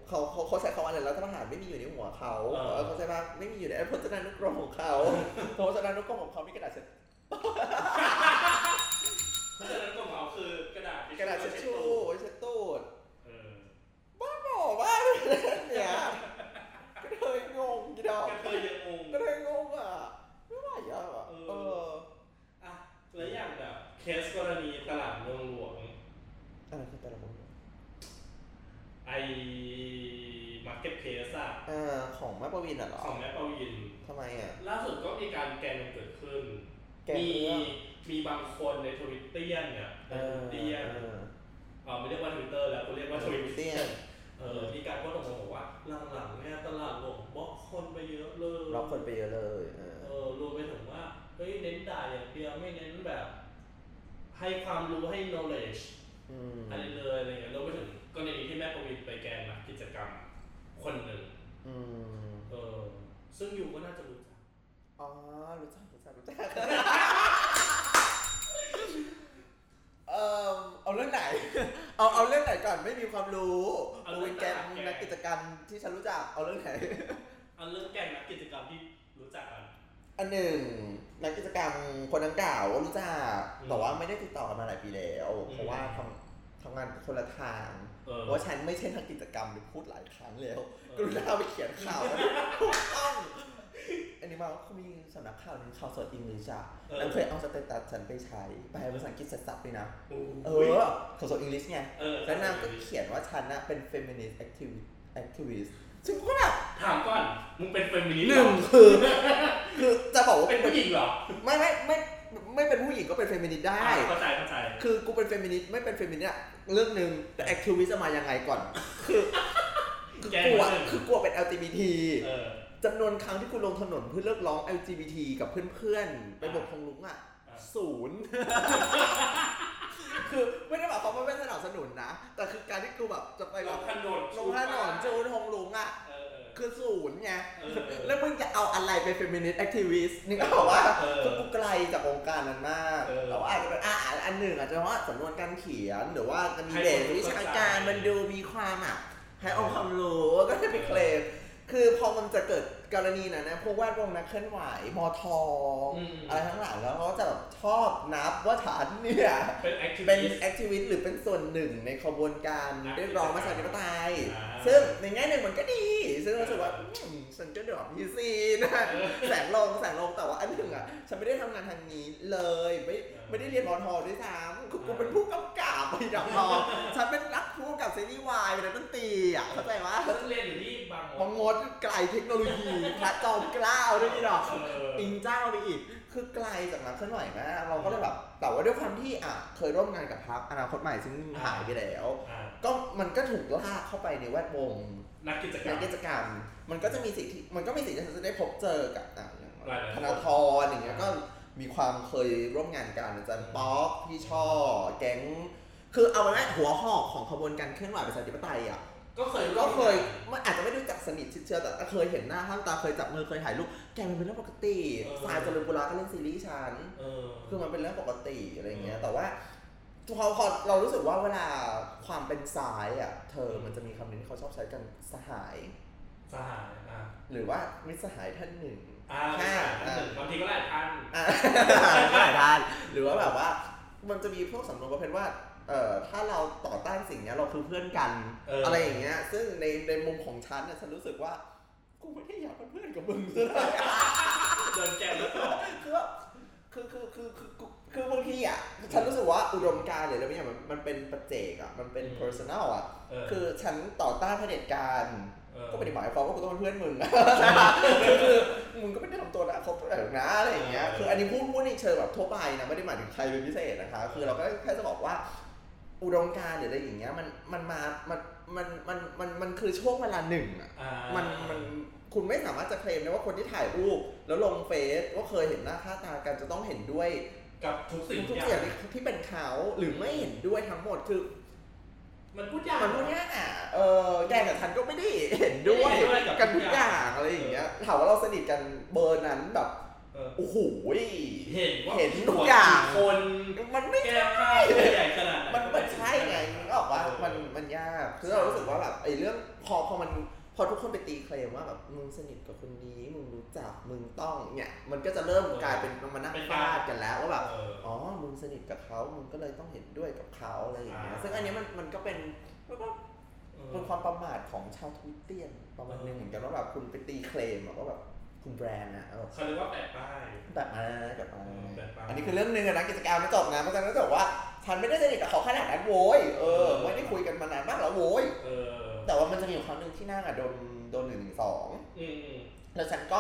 เขาเขาเขาใช้คำว่าอะไรรัฐประหารไม่มีอยู่ในหัวเขา
เออ
เออเขาใช้ว่าไม่มีอยู่ในพจนานุกรมของเขา พจนานุกรมของเขามีกระดาษเช็ด
เพราะฉะนั้นของเขาคือกระดาษทิช
กระดาษเช็ดชู่ไว้เช็ดตูด
เออ
บอกว่าเนี่ยก็เลยงงกี่ดอก
กระเทยเยอะงง
ก็เลยงงอ่ะไม่ไหวอ่ะ
เออ
เออ
อ่ะแล้วอย่างแบบเคสกรณีตลาดเมืองหลวง
อะไรคือแต่ละคน
ไอมาร์เก็ตเพสอะ
อ่าของแม่ประวินอ่ะเหรอ
ของแม่ปวิน
ทำไมอ่ะ
ล่าสุดก็มีการแกงกันเกิดขึ้น
แกง
มี
เรื่อง
มีบางคนในทวิตเตียนเนี่ยในทวิตเตียน
เออ
เออไม่เรียกว่าทวิตเตอร์แล้วเขาเรียกว่าทวิต
เตี้ยน
เออมีการโพสต์ออกมาบอกว่าหลังๆเนี่ยตลาดหลวงบล็อกคนไปเยอะเลย
รับคนไปเยอะเลยเออ
เออรวมไปถึงว่าเฮ้ยเน้นด่าอย่างเดียวไม่เน้นแบบ ให้ความรู้ให้ knowledge
อืม
อะไรเลยอะไรเงี้ยรวมไปถึงกรณีที่แม่ประวินไปแกนนักกิจกรรมคนหนึ่ง
อืม
เออซึ่งอยู่ก็น่าจะรู้จัก
อ๋อ รู้จักรู้จักรู้จัก เออเอาเรื่องไหน เอาเอาเรื่องไหนก่อนไม่มีความรู้กูเป็นแกมนักกิจกรรมที่ฉันรู้จักเอาเรื่องไหน
เอาเรื่องแกนนักกิจกรรมที่รู้จักกัน
อันหนึ่งนักกิจกรรมคนดังกล่าวก็รู้จัก
อืม
แต่ว่าไม่ได้ติดต่อกันมาหลายปีแล้ว
อืม
เพราะว่าทำทำงานคนละทาง
เออ
เพราะว่าฉันไม่ใช่นักกิจกรรมหรือพูดหลายครั้งแล้
อ
ว
อ
กรุณาไปเขียน ข่าวนะถูกต้องอันนี้มาเขามีสำนักข่าวหนึงข่าวสดอิงลิชอะ
เออ
แล้วเคยเอาสเตตัสฉันไปใช้ไปภาษาอังกฤษสับๆเลยนะ เอ
โย
อของสดอังกฤษไง
เออ
แล้วนางก็เขียนว่าฉันน่ะเป็น feminist activist activist ซึ่งก็แบบ
ถามก่อน มึงเป็นเฟมินิสต์
ห
เรอ
นึ่งคือ คือจะบอกว่า
เป็
เป็น น
ผู้หญิงเหรอ
ไม่ไม่ไม่ไม่เป็นผู้หญิงก็เป็นเฟมินิสต์ได้
อ่ะเข้าใจเข้าใจ
คือกูเป็นเฟมินิสต์ไม่เป็นเฟมินิสต์อะเรื่องหนึ่งแต่ activist จะมายังไงก่อน คือคือ
แก
กลัว
เรื่อง
คือกลัวเป็น LGBT
เออ
จำนวนครั้งที่กูลงถนนเพื่อเรียกร้อง LGBT กับเพื่อนๆ ไปบกทงลุงอ่ะ
อ่า
ศูนย์ คือไม่ได้แบบความว่าไม่สนับสนุนนะ แต่คือการที่กูแบบจะไป
ล
ล
ง
ง
ถนน
ลงถนนจูนทงลุงอ่ะ
เออเออ
คือศูนย์ไง
เออ
แล้วมึงจะเอาอะไรไปเฟมินิสต์แอคทิวิสต์นี่ก็บอกว่า
เออ
คือกูไกลจากวงการนั้นมาก
เออ
แต่ว่าอาจจะเป็นอ่ะอ่ะอันหนึ่งอาจจะว่าสำนวนการเขียนหรือว่าจะมี
ให้
เด
คน
ท
รู้
วิ
เข้า
ชา
ใจ
การมันดูมีความอ่ะให้องค์ความรู้ก็ได้ไปเคลมคือพอมันจะเกิดกรณีนั้นนะพวกแวดวงนักเคลื่อนไหวมอทอ
อืม
อะไรทั้งหลายแล้วเขาก็จะแบบชอบนับว่าฐานเนี่ย
เป็นแอคทีฟ
เป็นแอคทิวิสต์หรือเป็นส่วนหนึ่งในขบวนการ
อ่ะ
เรียกร้องประชาธิปไตย
อ่า
ซึ่งในแง่หนึ่งมันก็ดี ซึ่งรู้สึกว่าอืมฉันก็ดรอปพีซีนะแสงลงแสงลงแต่ว่าอันหนึ่งอ่ะ ฉันไม่ได้ทำงานทางนี้เลย ไม่ไม่ได้เรียนมอทอด้วยซ้ำคือกูเป็นผู้กำกับไปดับมอฉันเป็นนักผู้กำกับซีรีส์วายเป็นนักดนตรีอ่ะเข้าใจว่า
ฉันเรียนอยู่ที่บางมด
มองงดไกลเทคโนโลยีพระจอมเกล้าด้วยนี่ดอก
เอ
อิงเจ้าไปอีก คือไกลจากนั้นขึ้นหน่อยมากเราก็เลยแบบ แต่ว่าด้วยความที่อ่ะ เคยร่วมงานกับพักอนาคตใหม่ซึ่งหายไปแล้ว
อ่า
ก็มันก็ถูกลากเข้าไปในแวดวง
นักกิจกร
ใน
รม
กิจกรรม มันก็จะมีสิทธิมันก็มีสิทธิที่จะได้พบเจอกับอ่ะอย่าง
หลายๆ
ธนาธรอย่างเงี้ย
อ่า
ก็มีความเคยร่วมงานกันอาจารย์ป๊อกพี่ช่อ แก๊ง คือเอาไว้ไหมหัวหอกของขบวนการเคลื่อนไหวประชาธิปไตยอ่ะ
ก็เคย
ก็เคยมันอาจจะไม่รู้จักสนิทชิดเชื้อแต่เคยเห็นหน้าข้ามตาเคยจับมือเคยถ่ายรูปแกมันเป็นเรื่องปกติสายจรุญบุราก็เล่นซีรีส์ฉัน
เออ
คือมันเป็นเรื่องปกติอะไรอย่างเงี้ย
เออ
แต่ว่าพอพอเรารู้สึกว่าเวลาความเป็นสายอ่ะ เธอมันจะมีคำนึงที่เขาชอบใช้กันสหาย
สหายอ่ะ
หรือว่ามิตรสหายท่านหนึ่ง
อ่า
แค่
ท่านหนึ่งบางทีก็หลายท่าน
อ่าหลายด้านหรือว่าแบบว่า มันจะมีพวกสำนวนประเภทว่าเอ่อถ้าเราต่อต้านสิ่งเนี้ยเราคือเพื่อนกัน
เ
อะไรอย่างเงี้ย ซึ่งในในมุมของฉันน่ะฉันรู้สึกว่า กูไม่ได้อยากเป็นเพื่อนกับมึงซะเลย
เดินแก้วแล้วก็
คือแบบคือคือคือคือคือคือบางทีอ่ะ ฉันรู้สึกว่าอุดมการณ์หรืออะไรบางอย่างมันมันเป็นประเจกอ่ะ มันเป็น personal อ่ะ
เออ
คือฉันต่อต้านเผด็จการ
เออ
ก็ไม่ได้หมายความว่ากูต้องเป็นเพื่อน มึง นะคือมึงก็ไม่ได้ทำตัวนะคบแบบนะอะไรอย่างเงี้ย คืออันนี้พูดพูดในเชิงแบบทั่วไปนะไม่ได้หมายถึงใครเป็นพิเศษนะคะ คือเราก็แค่จะบอกว่า อุดมการณ์หรืออะไรอย่างเงี้ยมันมันมา มันมันมันมันมันคือช่วงเวลาหนึ่งอะ
อ่า
มันมันคุณไม่สามารถจะเคลมได้ว่าคนที่ถ่ายรูป แล้วลงเฟซว่าเคยเห็นหน้าค่าตากันจะต้องเห็นด้วย
กับทุกสิ่ง
ทุก
อ
ๆ
ย่า
เสียง
ง
ที่ที่เป็นเขาหรือไม่เห็นด้วยทั้งหมดคือ
มันพูดยาก
มันพวกเนี้ยอ่ะเออแกกับฉันก็ไม่ได้เห็นด้ว
ไม่
ย
เห็นด้วยกับ
กันทุก
ทุกอย่
อา
ย่าง ง
อะไรอย่างเงี้ยถามว่าเราสนิทกันเบอร์นั้นแบบ
เออ
โอ้โห
เห็นว่า
เห็นทุกอย่าง
คน
มันไม่
แก้ผ้าตัวใหญ่ขนาดไห
มันมันใช่ไงมันออกว่ามันมันยากคือเรารู้สึกว่าแบบไอ้เรื่องพอพอมันพอทุกคนไปตีเคลมว่าแบบมึงสนิทกับคนนี้มึงรู้จักมึงต้องเนี่ยมันก็จะเริ่มกลายเป็นมันนั่งฟาดกันแล้วว่าแบบ
เออ
อ๋อ มึงสนิทกับเขา มึงก็เลยต้องเห็นด้วยกับเขาอะไรอย่างเงี้ย
อ่า
ซึ่งอันเนี้ยมันมันก็เป็นมันก็
เออ
เป็นความประมาทของชาวทวิตเตียนประมาณนึงเหมือนกันว่าแบบคุณไปตีเคลมอะว่าแบบคุณแบรนด์นะเอา
เขาเรียกว่าแปะป้าย
แบบมาแบบมา
เออแบบมา
อันนี้คือเรื่องหนึงอะนะกิจกรรมมันจบนะมันจะรู้สึกว่าฉันไม่ได้สนิทกับเขาขนาดนั้นโว้ย เออ ไม่ได้คุยกันมานานมากแล้วโว้ย
เออ
แต่ว่ามันจะมีอยู่ครั้งหนึ่งที่นั่งอะโดนโดนหนึ่งหนึ่งสอง
อืมอืม
แล้วฉันก็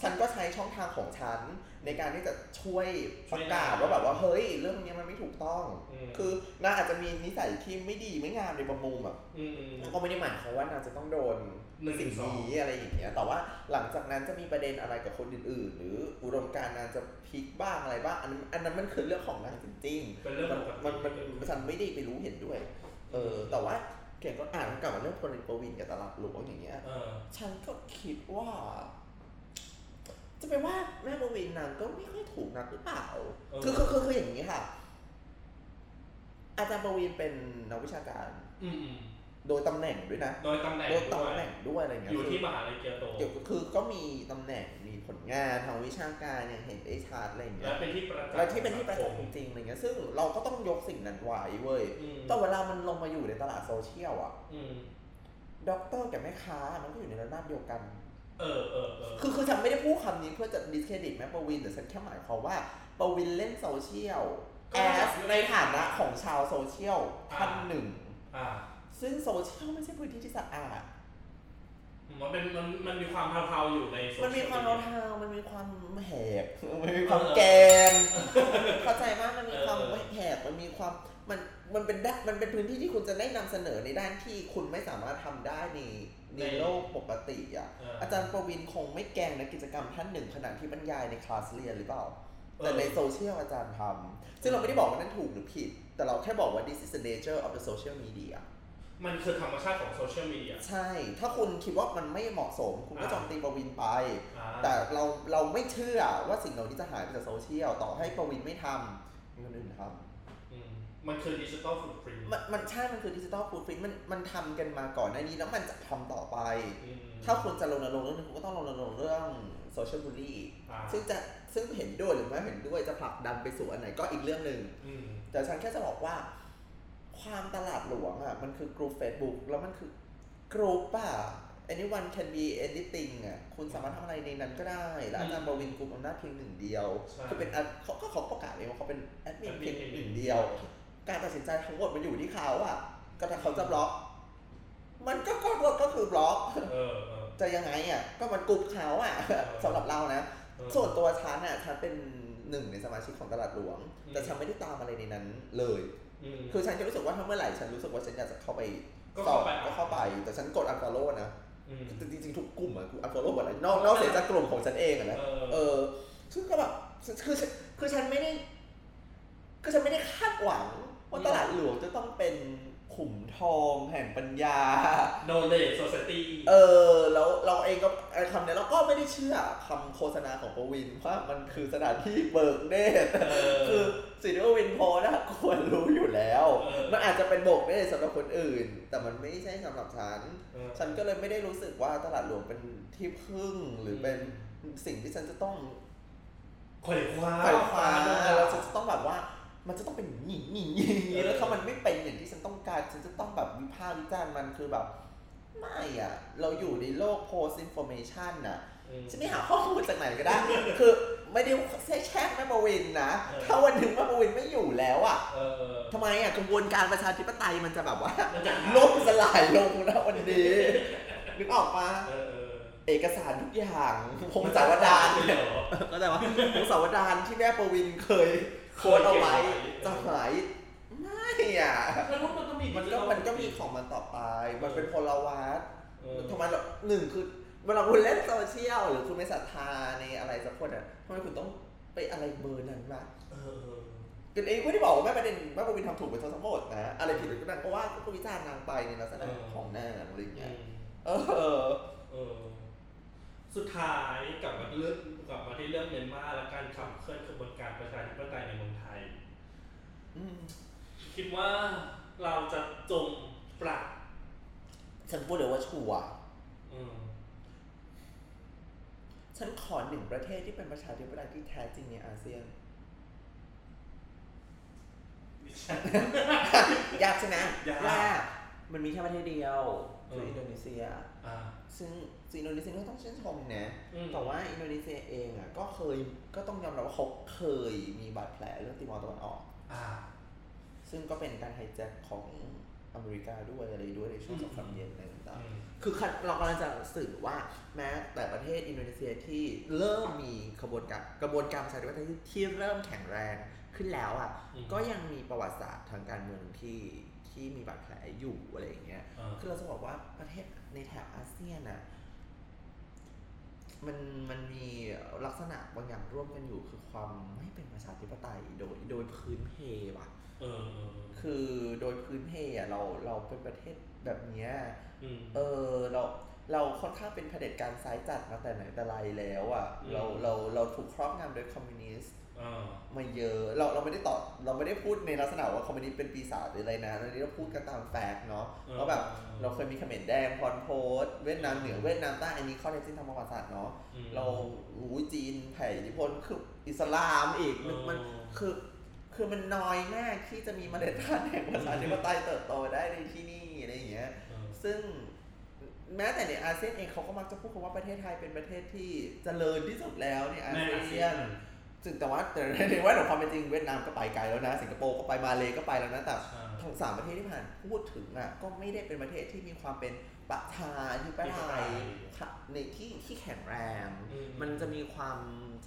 ฉันก็ใช้ช่องทางของฉันในการที่จะช่วยประกาศว่าแบบว่าเฮ้ย เรื่องเนี้ยมันไม่ถูกต้อง
อืม
คือนางอาจจะมีนิสัยที่ไม่ดีไม่งามในบางมุมแบบ
อืมอืม
ก็ไม่ได้หมายความว่านางจะต้องโดน
หนึ่งถึ
สิ่ง
งสอง
นี้อะไรอย่างเงี้ยแต่ว่าหลังจากนั้นจะมีประเด็นอะไรกับคนอื่นๆ หรืออุดมการณ์นางจะพลิกบ้างอะไรบ้างอันนั้นอันนั้นมันคือเรื่องของนางจริงๆ
เป็นเรื่อง
มัน
ปกติ
มันมันฉันไม่ได้ไปรู้เห็นด้วย เออ แต่ว่าเก่งก็อ่านกลับมาเรื่องคนในประวินกับตลาดหลวงอย่างเงี้ย
เออ
ฉันก็คิดว่า จะไปว่าแม่ปวินนางก็ไม่ค่อยถูกนักหรือเปล่า
เออ
คือคือคือคืออย่างนี้ค่ะ อาจารย์ปวินเป็นนักวิชาการ
อืมอืม
โดยตำแหน่งด้วยนะ
โดยตำแหน่ง
โดย
ด้ว
ตำแหน่งด้วยอะไรเงี้ย
อยู่ที่
คื
มหาลัยเกียวโต
เกี่ยวกับคือก็มีตำแหน่งมีผลงานทางวิชาการอย่างเห็นได้ชัดอะไรอย่าง
และ
เงี้ย
เป็นที่ประจักษ์
แล้วที่เป็นที่ประจั
สั
กษ์
งคม
จริงๆอะไรเงี้ย ซึ่งเราก็ต้องยกสิ่งนั้นไว้เว้ย
อืม
แต่เวลามันลงมาอยู่ในตลาดโซเชียลอะ
อืม
ด็อกเตอร์กับแม่ค้ามันก็อยู่ในระนาบเดียวกัน
เออเออเออ
คือคือฉันไม่ได้พูดคำนี้เพื่อจะดิสเครดิตแม่ปวิน แต่ฉันแค่หมายความว่าปวินเล่นโซเชียลแอสในฐานะของชาวโซเชียลท่านหนึ่ง
อ่า
ซึ่งโซเชียลไม่ใช่พื้นที่ที่สะอาด
มันเป็นมันมันมีความเทาๆอยู่ในโซเชียล
มันมีความเทาๆมันมีความแหกมันมี
เออ
ความแกงเข้าใจมากมันมีความ
เออ
แหกมันมีความมันมันเป็นด้านมันเป็นพื้นที่ที่คุณจะได้นำเสนอในด้านที่คุณไม่สามารถทำได้ในในโลกปกติอ่ะ
เอา
จารย์ประวินคงไม่แกล้งนักกิจกรรมท่านหนึ่งขณะที่บรรยายในคลาสเรียนหรือเปล่า แต่ในโซเชียลอาจารย์ทำซึ่งเราไม่ได้บอกว่านั่นถูกหรือผิด แต่เราแค่บอกว่า this is the nature of the social media
มันคือธรรมชาติของโซเชียลมีเดีย
ใช่ ถ้าคุณคิดว่ามันไม่เหมาะสม คุณก็
อ่า
โจมตีประวินไป
อ่า
แต่เราเราไม่เชื่อว่าสิ่งเหล่านี้จะหายไปจากโซเชียล ต่อให้ประวินไม่ทำมีคนอื่นท
อืมมันคือดิจิตอลฟุตปริน
ำมันมันใช่มันคือดิจิ t a ล o ู t p ิ i n t มันมันทำกันมาก่อนหน้านี้แล้วมันจะทำต่อไป ถ้าคุณจะรณรงค์เรื่องนึงคุณก็ต้องรณรงค์เรื่องโซเชียลบูลลี่ ซึ่งจะซึ่งเห็นด้วยหรือไม่เห็นด้วยจะผลักดันไปสู่อันไหนก็อีกเรื่องหนึ่ง
อืม
แต่ฉันแค่จะบอกว่า ความตลาดหลวงอ่ะ มันคือกลุ่ม Facebook แล้วมันคือกลุ่มอ่ะ anyone can be anything อ่ะคุณสามารถทำอะไรในนั้นก็ได้ และอาจารย์บวินกลุ่มอำนาจเพียงหนึ่งเดียว
ใช่
คือเป็นอะเขาก็เขาประกาศเองว่าเขาเป็นแอดมินเพียงหนึ่งเดียว การตัดสินใจทั้งหมดมันอยู่ที่เขาอ่ะ ก็ถ้าเขาจะบล็อก มันก็ก็ก็ก็คือบล็อก
เออเออ
จะยังไงอ่ะ ก็มันกลุ่มเขาอ่ะ สำหรับเรานะ
เออ
ส่วนตัวฉันอ่ะฉันเป็นหนึ่งในสมาชิกของตลาดหลวง
อืม
แต่ฉันไม่ได้ตามอะไรในนั้นเลย
ม
คือฉันแค่รู้สึกว่าถ้าเมื่อไหร่ฉันรู้สึกว่าฉันอยากจะเข้าไป
ก็
สอ
เข้าไป
บก็เข้าไป แต่ฉันกดอันฟอลโล่นะ
อืม
จริงๆทุกกลุ่มอ่ะกูอันฟอลโล่หมดเลยนอกนอกเสียจากกลุ่มของฉันเองอ่ะนะ
เออ
เออซึ่งก็แบบคือคือคือฉันไม่ได้คือฉันไม่ได้คาดหวัง ว่าตลาดหลวงจะต้องเป็นขุมทองแห่งปัญญา
no late society
เออแล้วเราเองก็ไอ้คำเนี้ยเราก็ไม่ได้เชื่อคำโฆษณาของประวินว่ามันคือสถานที่เบิกเนตร
เออ
คือสิ่งที่ประวินโพสต์นะควรรู้อยู่แล้ว
เออ
มันอาจจะเป็นโบกเนตรสำหรับคนอื่น แต่มันไม่ใช่สำหรับฉัน
เออ
ฉันก็เลยไม่ได้รู้สึกว่าตลาดหลวงเป็นที่พึ่งหรือเป็นสิ่งที่ฉันจะต้อง
ขวายคว้า
ไฟฟ้า
แล้
แล้ว วฉันจะต้องแบบว่า มันจะต้องเป็นหนีหนีหนีหนีแล้วถ้ามันไม่เป็นอย่างที่ฉันต้องการฉันจะต้องแบบวิพากษ์วิจารณ์มันคือแบบ ไม่อ่ะ เราอยู่ในโลก post information น่ะ
อืม
ฉันไม่หาข้อมูลจากไหน ก็ได้ คือไม่ได้แช่แช่งแม่ประวินนะ
เออ
ถ้าวันหนึ่งแม่ประวินไม่อยู่แล้วอ่ะ
เออเออ
ทำไมอ่ะกระบวนการประชาธิปไตยมันจะแบบว่า
มันจะหาย
ล่มสลายลงนะวันนี้นึกออกปะ
เออเออ
เอกสารทุกอย่างพงศาวดาร
เหรอ
เข้าใจว่าหงสาวดารที่แม่ประวินเคยโค้ดเอาไว้จะหายไม่อ่ะ
แล้วรูปมันก็มี
มันก็มันก็มีของมันต่อไป มันเป็นพลวัต
เออ
ทำไมเราหนึ่งคือเวลาคุณเล่นโซเชียลหรือคุณไม่ศรัทธาในอะไรสักคนอ่ะทำไมคุณต้องไปอะไรเบอร์นั้นมา
เออ
กันเองไม่ได้บอกว่าแม่ประเด็นแม่ประวินทำถูกไปทั้งหมดนะอะไรผิดหรือก็นั่นก็ว่าก็วิจารณ์นางไปในลักษ
เอ
ณะ
อ
ของนางอะไรอย่าง
เอ
เงี้ย
อ
เออ
เออ สุดท้ายกลับมาเรื่องกลับมาที่เรื่องเมียนมาและการขับเคลื่อนกระบวนการประชาธิปไตยในเมืองไทย
อืม
คิดว่าเราจะจมปลัก
ฉันพูดเลยว่าชัวร์
เออ
ฉันขอหนึ่งประเทศที่เป็นประชาธิปไตยที่แท้จริงในอาเซียน
ดิฉัน
ยากใช่ไหม
ยาก
มันมีแค่ประเทศเดียว
เอ
คือ
อ
อินโดนีเซีย
อ่า
ซึ่งซึ่งอินโดนีเซียก็ต้องชื่นชมนะ
อืม
แต่ว่าอินโดนีเซียเองอ่ะก็เคยก็ต้องยอมรับว่าเขาเคยมีบาดแผลเรื่องติมอร์ตะวันออก
อ่า
ซึ่งก็เป็นการไฮแจ็คของอเมริกาด้วยอะไรด้วยในช่วง
อืม
สงครามเย็นอะไรต่าง
อืม
ๆคือเรากำลังจะสื่อว่าแม้แต่ประเทศอินโดนีเซียที่เริ่มมีขบวนการกระบวนการประชาธิปไตยที่เริ่มแข็งแรงขึ้นแล้วอ่ะ
อืม
ก็ยังมีประวัติศาสตร์ทางการเมืองที่ที่มีบาดแผลอยู่อะไรอย่างเงี้ย
เออ
คือเราจะบอกว่าประเทศในแถบอาเซียนน่ะ มันมันมีลักษณะบางอย่างร่วมกันอยู่คือความไม่เป็นประชาธิปไตยโดยโดยพื้นเพว่ะ
เออเออ
คือโดยพื้นเพอ่ะเราเราเป็นประเทศแบบเนี้ย
อืม
เออเราเราค่อนข้างเป็นเผด็จการซ้ายจัดมาแต่ไหนแต่ไรแล้วอ่ะ
อืม
เราเราเราถูกครอบงำโดยคอมมิวนิสต์
อ่า
มาเยอะเราเราไม่ได้ตอบเราไม่ได้พูดในลักษณะว่าคอมมิวนิสต์เป็นปีศาจหรืออะไรนะเราเราพูดกันตามแฟกต์เนาะ
ออ
เพราะแบบเราเคยมีเขมรแดงพรโพสเวียดนามเหนือเวียดนามใต้อันนี้ข้อในสิ้นทางประวัติศาสตร์เนาะ
อืม
เรารู้จีนแผ่อิทธิพลคืออิสลามอีกมันมัน
เออ
คือคือมันน้อยมากที่จะมีเมล็ดพันธุ์แห่งประชาธิปไตยเติบโตได้ในที่นี่อะไรอย่างเงี้ย
เออ
ซึ่งแม้แต่ในอาเซียนเองเขาก็มักจะพูดคำว่าประเทศไทยเป็นประเทศที่เจริญที่สุดแล้วในอา
ในอาเซี
เซี
ย
ย
น
น ซึ่งแต่ว่าแต่ในว่าของความเป็นจริงเวียดนามก็ไปไกลแล้วนะ สิงคโปร์ก็ไปมาเลก็ไปแล้วนะแต่
ใช่
ทั้งสามประเทศที่ผ่านพูดถึงอ่ะก็ไม่ได้เป็นประเทศที่มีความเป็นประชาธิปไตยค่ะในที่ที่แข็งแรง
อืม
มันจะมีความ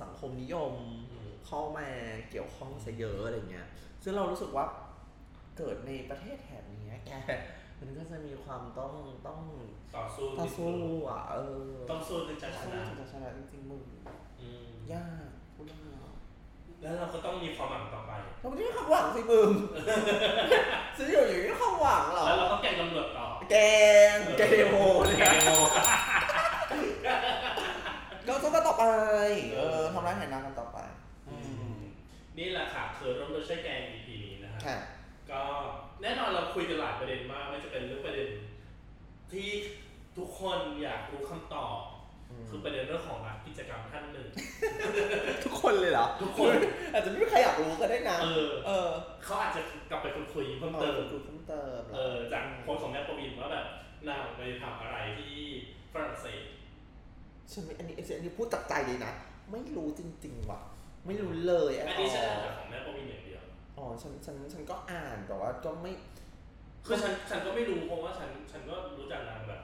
สังคมนิยม
อืม
เข้ามาเกี่ยวข้องซะเยอะอะไรเงี้ยซึ่งเรารู้สึกว่าเกิดในประเทศแถบเนี้ยแกมันก็จะมีความต้องต้อง
ต่อสู้
ต่อสู้อ่ะเออ
ต้องสู้จนจะช
สู้
นะ
ถึงจะชนะจริงๆมึง
อืม
ยากพูดยาก
แล้วเราก็ต้องมีความหวังต่อไป
เราไม่ได้ความหวังสิมึง ซื้ออยู่อย่างนี้ความหวังเหรอ
แล้วเราก็แกล้งตำรวจต่อ
แก งแกงโม
แก
เนี่ย
ล้งโม
ก็ต้องก็ต่อไป เออทำร้ายแหนนากัน ต่อไป
อืมนี่แหละค่ะคือร่วมด้วยช่วยแกง EP นี้นะฮะ
ค่ะ
ก็แน่นอนเราคุยกันหลายประเด็นมากไม่ว่าจะเป็นเรื่องประเด็น ที่ทุกคนอยากรู้คำตอบ
อืม
คือประเด็นเรื่องของรัฐกิจกรรมท่านหนึ่ง
ทุกคนเลยเหรอ
ทุกคน
อาจจะไม่มีใครอยากรู้ก็ได้นะ
เออ
เออ
เขาอาจจะกลับไปคุยๆเพิ่มเติม
ดูเพิ่มเติมหร
เออจากโพสต์ของแม่ประวินว่าแบบนางไปทำอะไรที่ ฝรั่งเศส
ฉันไม่อันนี้อันนี้พูดจากใจเลยนะ ไม่รู้จริงๆว่ะ ไม่รู้เลย
อั
แอน
นี้ฉันอ่านจากของแม่ปวินอย่างเดียว
อ๋อฉันฉันฉันก็อ่านแต่ว่าก็ไม่
คือฉันฉันก็ไม่รู้เพราะว่าฉันฉันก็รู้จักนางแบบ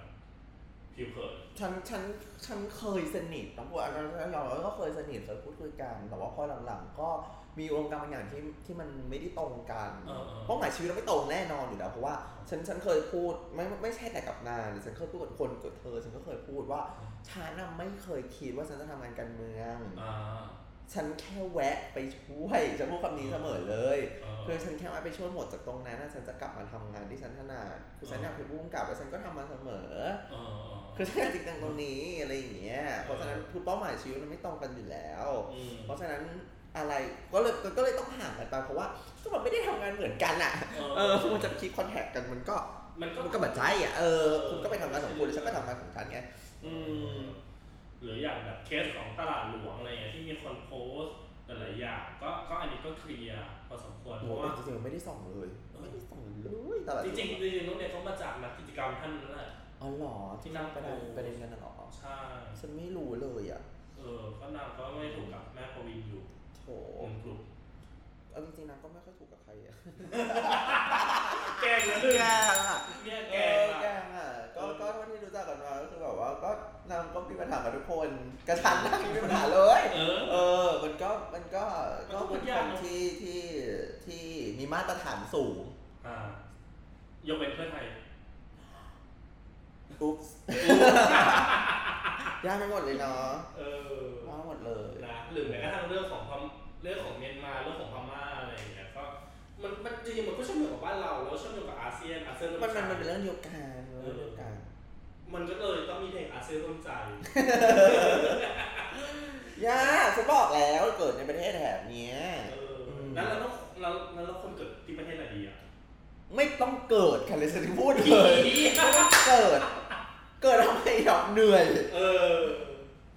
ผิวเผิน
ฉันฉันฉันเคยสนิทนะพวกเราเราก็เคยสนิทเคยพูดคุยกัน แต่ว่าพอหลังๆ ก็มีองค์การบางอย่างที่ที่มันไม่ได้ตรงกัน
เออเออ
เพราะหมายชีวิตเราไม่ตรงแน่นอนอยู่แล้วเพราะว่าฉันฉันเคยพูดไม่ไม่ใช่แต่กับนางหรือฉันเคยพูดกับคนกับเธอ ฉันก็เคยพูดว่าฉันน่ะไม่เคยคิดว่าฉันจะทำงานการเมือง
อ่า
ฉันแค่แวะไปช่วยฉันพูดคำนี้เสมอเลย
เออ
คือฉันแค่ว่าไปช่วยหมดจากตรงนั้นน่ะฉันจะกลับมาทำงานที่ฉันถนัดคือฉัน
อ๋อ
อ
อ
ยากเป็นผู้กำกับแล้วฉันก็ทำมาเสมอ
เออเออ
คือฉันอยากจริงจังตรงนี้อะไรอย่างเงี้ย เพราะฉะนั้นทุกเป้าหมายชีวิตมันไม่ตรงกันอยู่แล้ว
อืม
เพราะฉะนั้นอะไรก็เลยก็เลยต้องห่างกันไปเพราะว่าก็มันไม่ได้ทำงานเหมือนกันอ่ะ เออคุณจะไปคิดคอนแทคกันมันก็
มันก็
มันก็บัดใจอ่ะเออคุณก็ไปทำงานของคุณแล้วฉันก็ทำงานของฉันไง
อืมหรืออย่างแบบเคสของตลาดหลวงอะไรเงี้ยที่มีคนโพสต์หลายๆอย่างก็ก็อันนี้ก็เคลียร์พอสมควรเพ
โอ้
ราะว่า
จริงๆไม่ได้ส่องเลย
เออ
ไม่ได้ส่องเลยตลอด
จริงๆจริงๆน้องเด็กเขามาจากนักกิจกรรมท่านนั้นแหละ
อ๋อเหรอ
ที่
ที่
นั่
นั่
ง
ง
ไปดู
ไปได้ประเด็นกันน่ะเหรอ
ใช่
ฉันไม่รู้เลยอ่ะ
เออก็นางก็ไม่ถูกกับแม่ปวินอยู่
โถ
หนึ่งกลุ่ม
เอาจริงๆนางก็ไม่ค่อยถูกกับใครอ่ะ
แกล้งนะหนึ่ง
อ่ะ
เนี่ย
แก
แกล้ง
ง
อะ
แกงอ่ะก็ก็เท่าที่รู้จักกันมาก็คือแบบว่าก็นางก็มีปัญหากับทุกคนกระชันนางมีปัญหาเลย
เออ
เออมันก็มันก็
มันก็
ก็
พู
เป็
ด
น
ยา
ค
ก
น
เนอะ
ที่ที่ที่มีมาตรฐานสูง
อ่ายกเว้นเพื่อไทย
อุ๊บ ยากไปหมดเลยเนาะ
เออ
ยากไปหมดเลย
นะหรือแม้กระทั่งเรื่องของความเรื่องของเมียนมาเรื่องของพม่าอะไรอย่างเงี้ยก็มันมันจริงๆมันก็เชื่อมโยงกับบ้านเราแล้วเชื่อมโยงกับอาเซียนอาเซียนร่ว
มัน
ใจ
มันมันเป็นเรื่องเดียวกันเรื่องเดียวกัน
มันก็เลยต้องมีเพลงอาเซียนร่วมใจ
ยากฉันบอกแล้วเกิดในประเทศแถบเนี้ย
เอออ
ม
แล้วเราต้องเราแล้วเราคนเกิดที่ประเทศอะไรดีอ่ะ
ไม่ต้องเกิดค่ะเลยฉันพูดเลยไม่ต้องเกิด เกิดทำไมหรอกเหนื่อย
เออ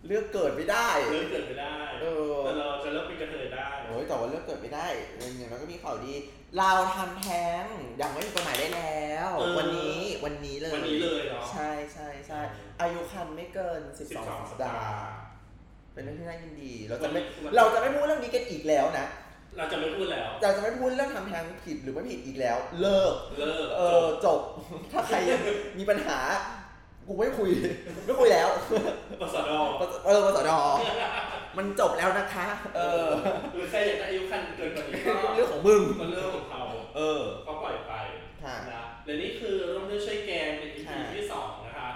เลือกเกิดไม่ได้
เริ่มเกิดไม่ได้
เออ
แต่เราจะเริ่มเป็นกระเทยได้
โอ้ยแต่ว่าเลือกเกิดไม่ได้อย่างน้อยก็มีข่าวดี เราทำแท้งยังไม่มีกฎหมายได้แล้ว วันนี้วันนี้เลย
วันนี้เลยเนาะ
ใช่ใช่ใช่อายุคันไม่เกิน 12 สัปดาห์ เป็นเรื่องที่น่ายินดี เราจะไม่เราจะไม่พูดเรื่องนี้กันอีกแล้วนะ
เราจะไม่พูดแล้ว
เราจะไม่พูดเรื่องทำแท้งผิดหรือไม่ผิดอีกแล้ว เลิก
เลิก
เอ
จ
อบจบ ถ้าใครมีปัญหา กูไม่คุย ไม่คุยแล้ว
ปสด
เออปสดมันจบแล้วนะคะ เออ
หรือใครอยากได้อายุขั้นเกินกว่านี้ก็
เรื่องของมึง
มันเรื่องของเขา
เออ
ก็ปล่อยไป
ค่ะ
นะและนี่คือร่วมด้วยช่วยแกงเป็น EP
ค่ะ
ที่สองนะคะ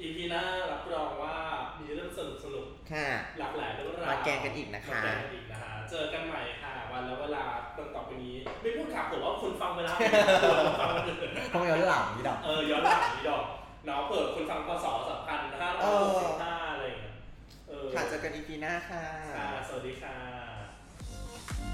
EP หน้ารับรองว่ามีเรื่องสนุกสนุก
ค่ะ
ๆหลากหลายเรื่องราว
มาแกงกันอีกนะคะ
มาแกงกันอีกนะคะ เจอกันใหม่ค่ะ วันและเวลาตอนต่อไปนี้ ไม่พูดค่ะผมว่าคุณฟัง ไปแล้วคุณฟังไปแล้ว
ต้องย้อนหลังนี่ดอก
เออย้อนหลังนี่ดอกเนาะเปิดคุณฟังพศสองพันห้าร้อยหกสิบห้าอะไรอย่างเงี้ยเออ
ค่ะเจอกันอีพีหน้าค่ะ
ค่ะสวัสดีค่ะ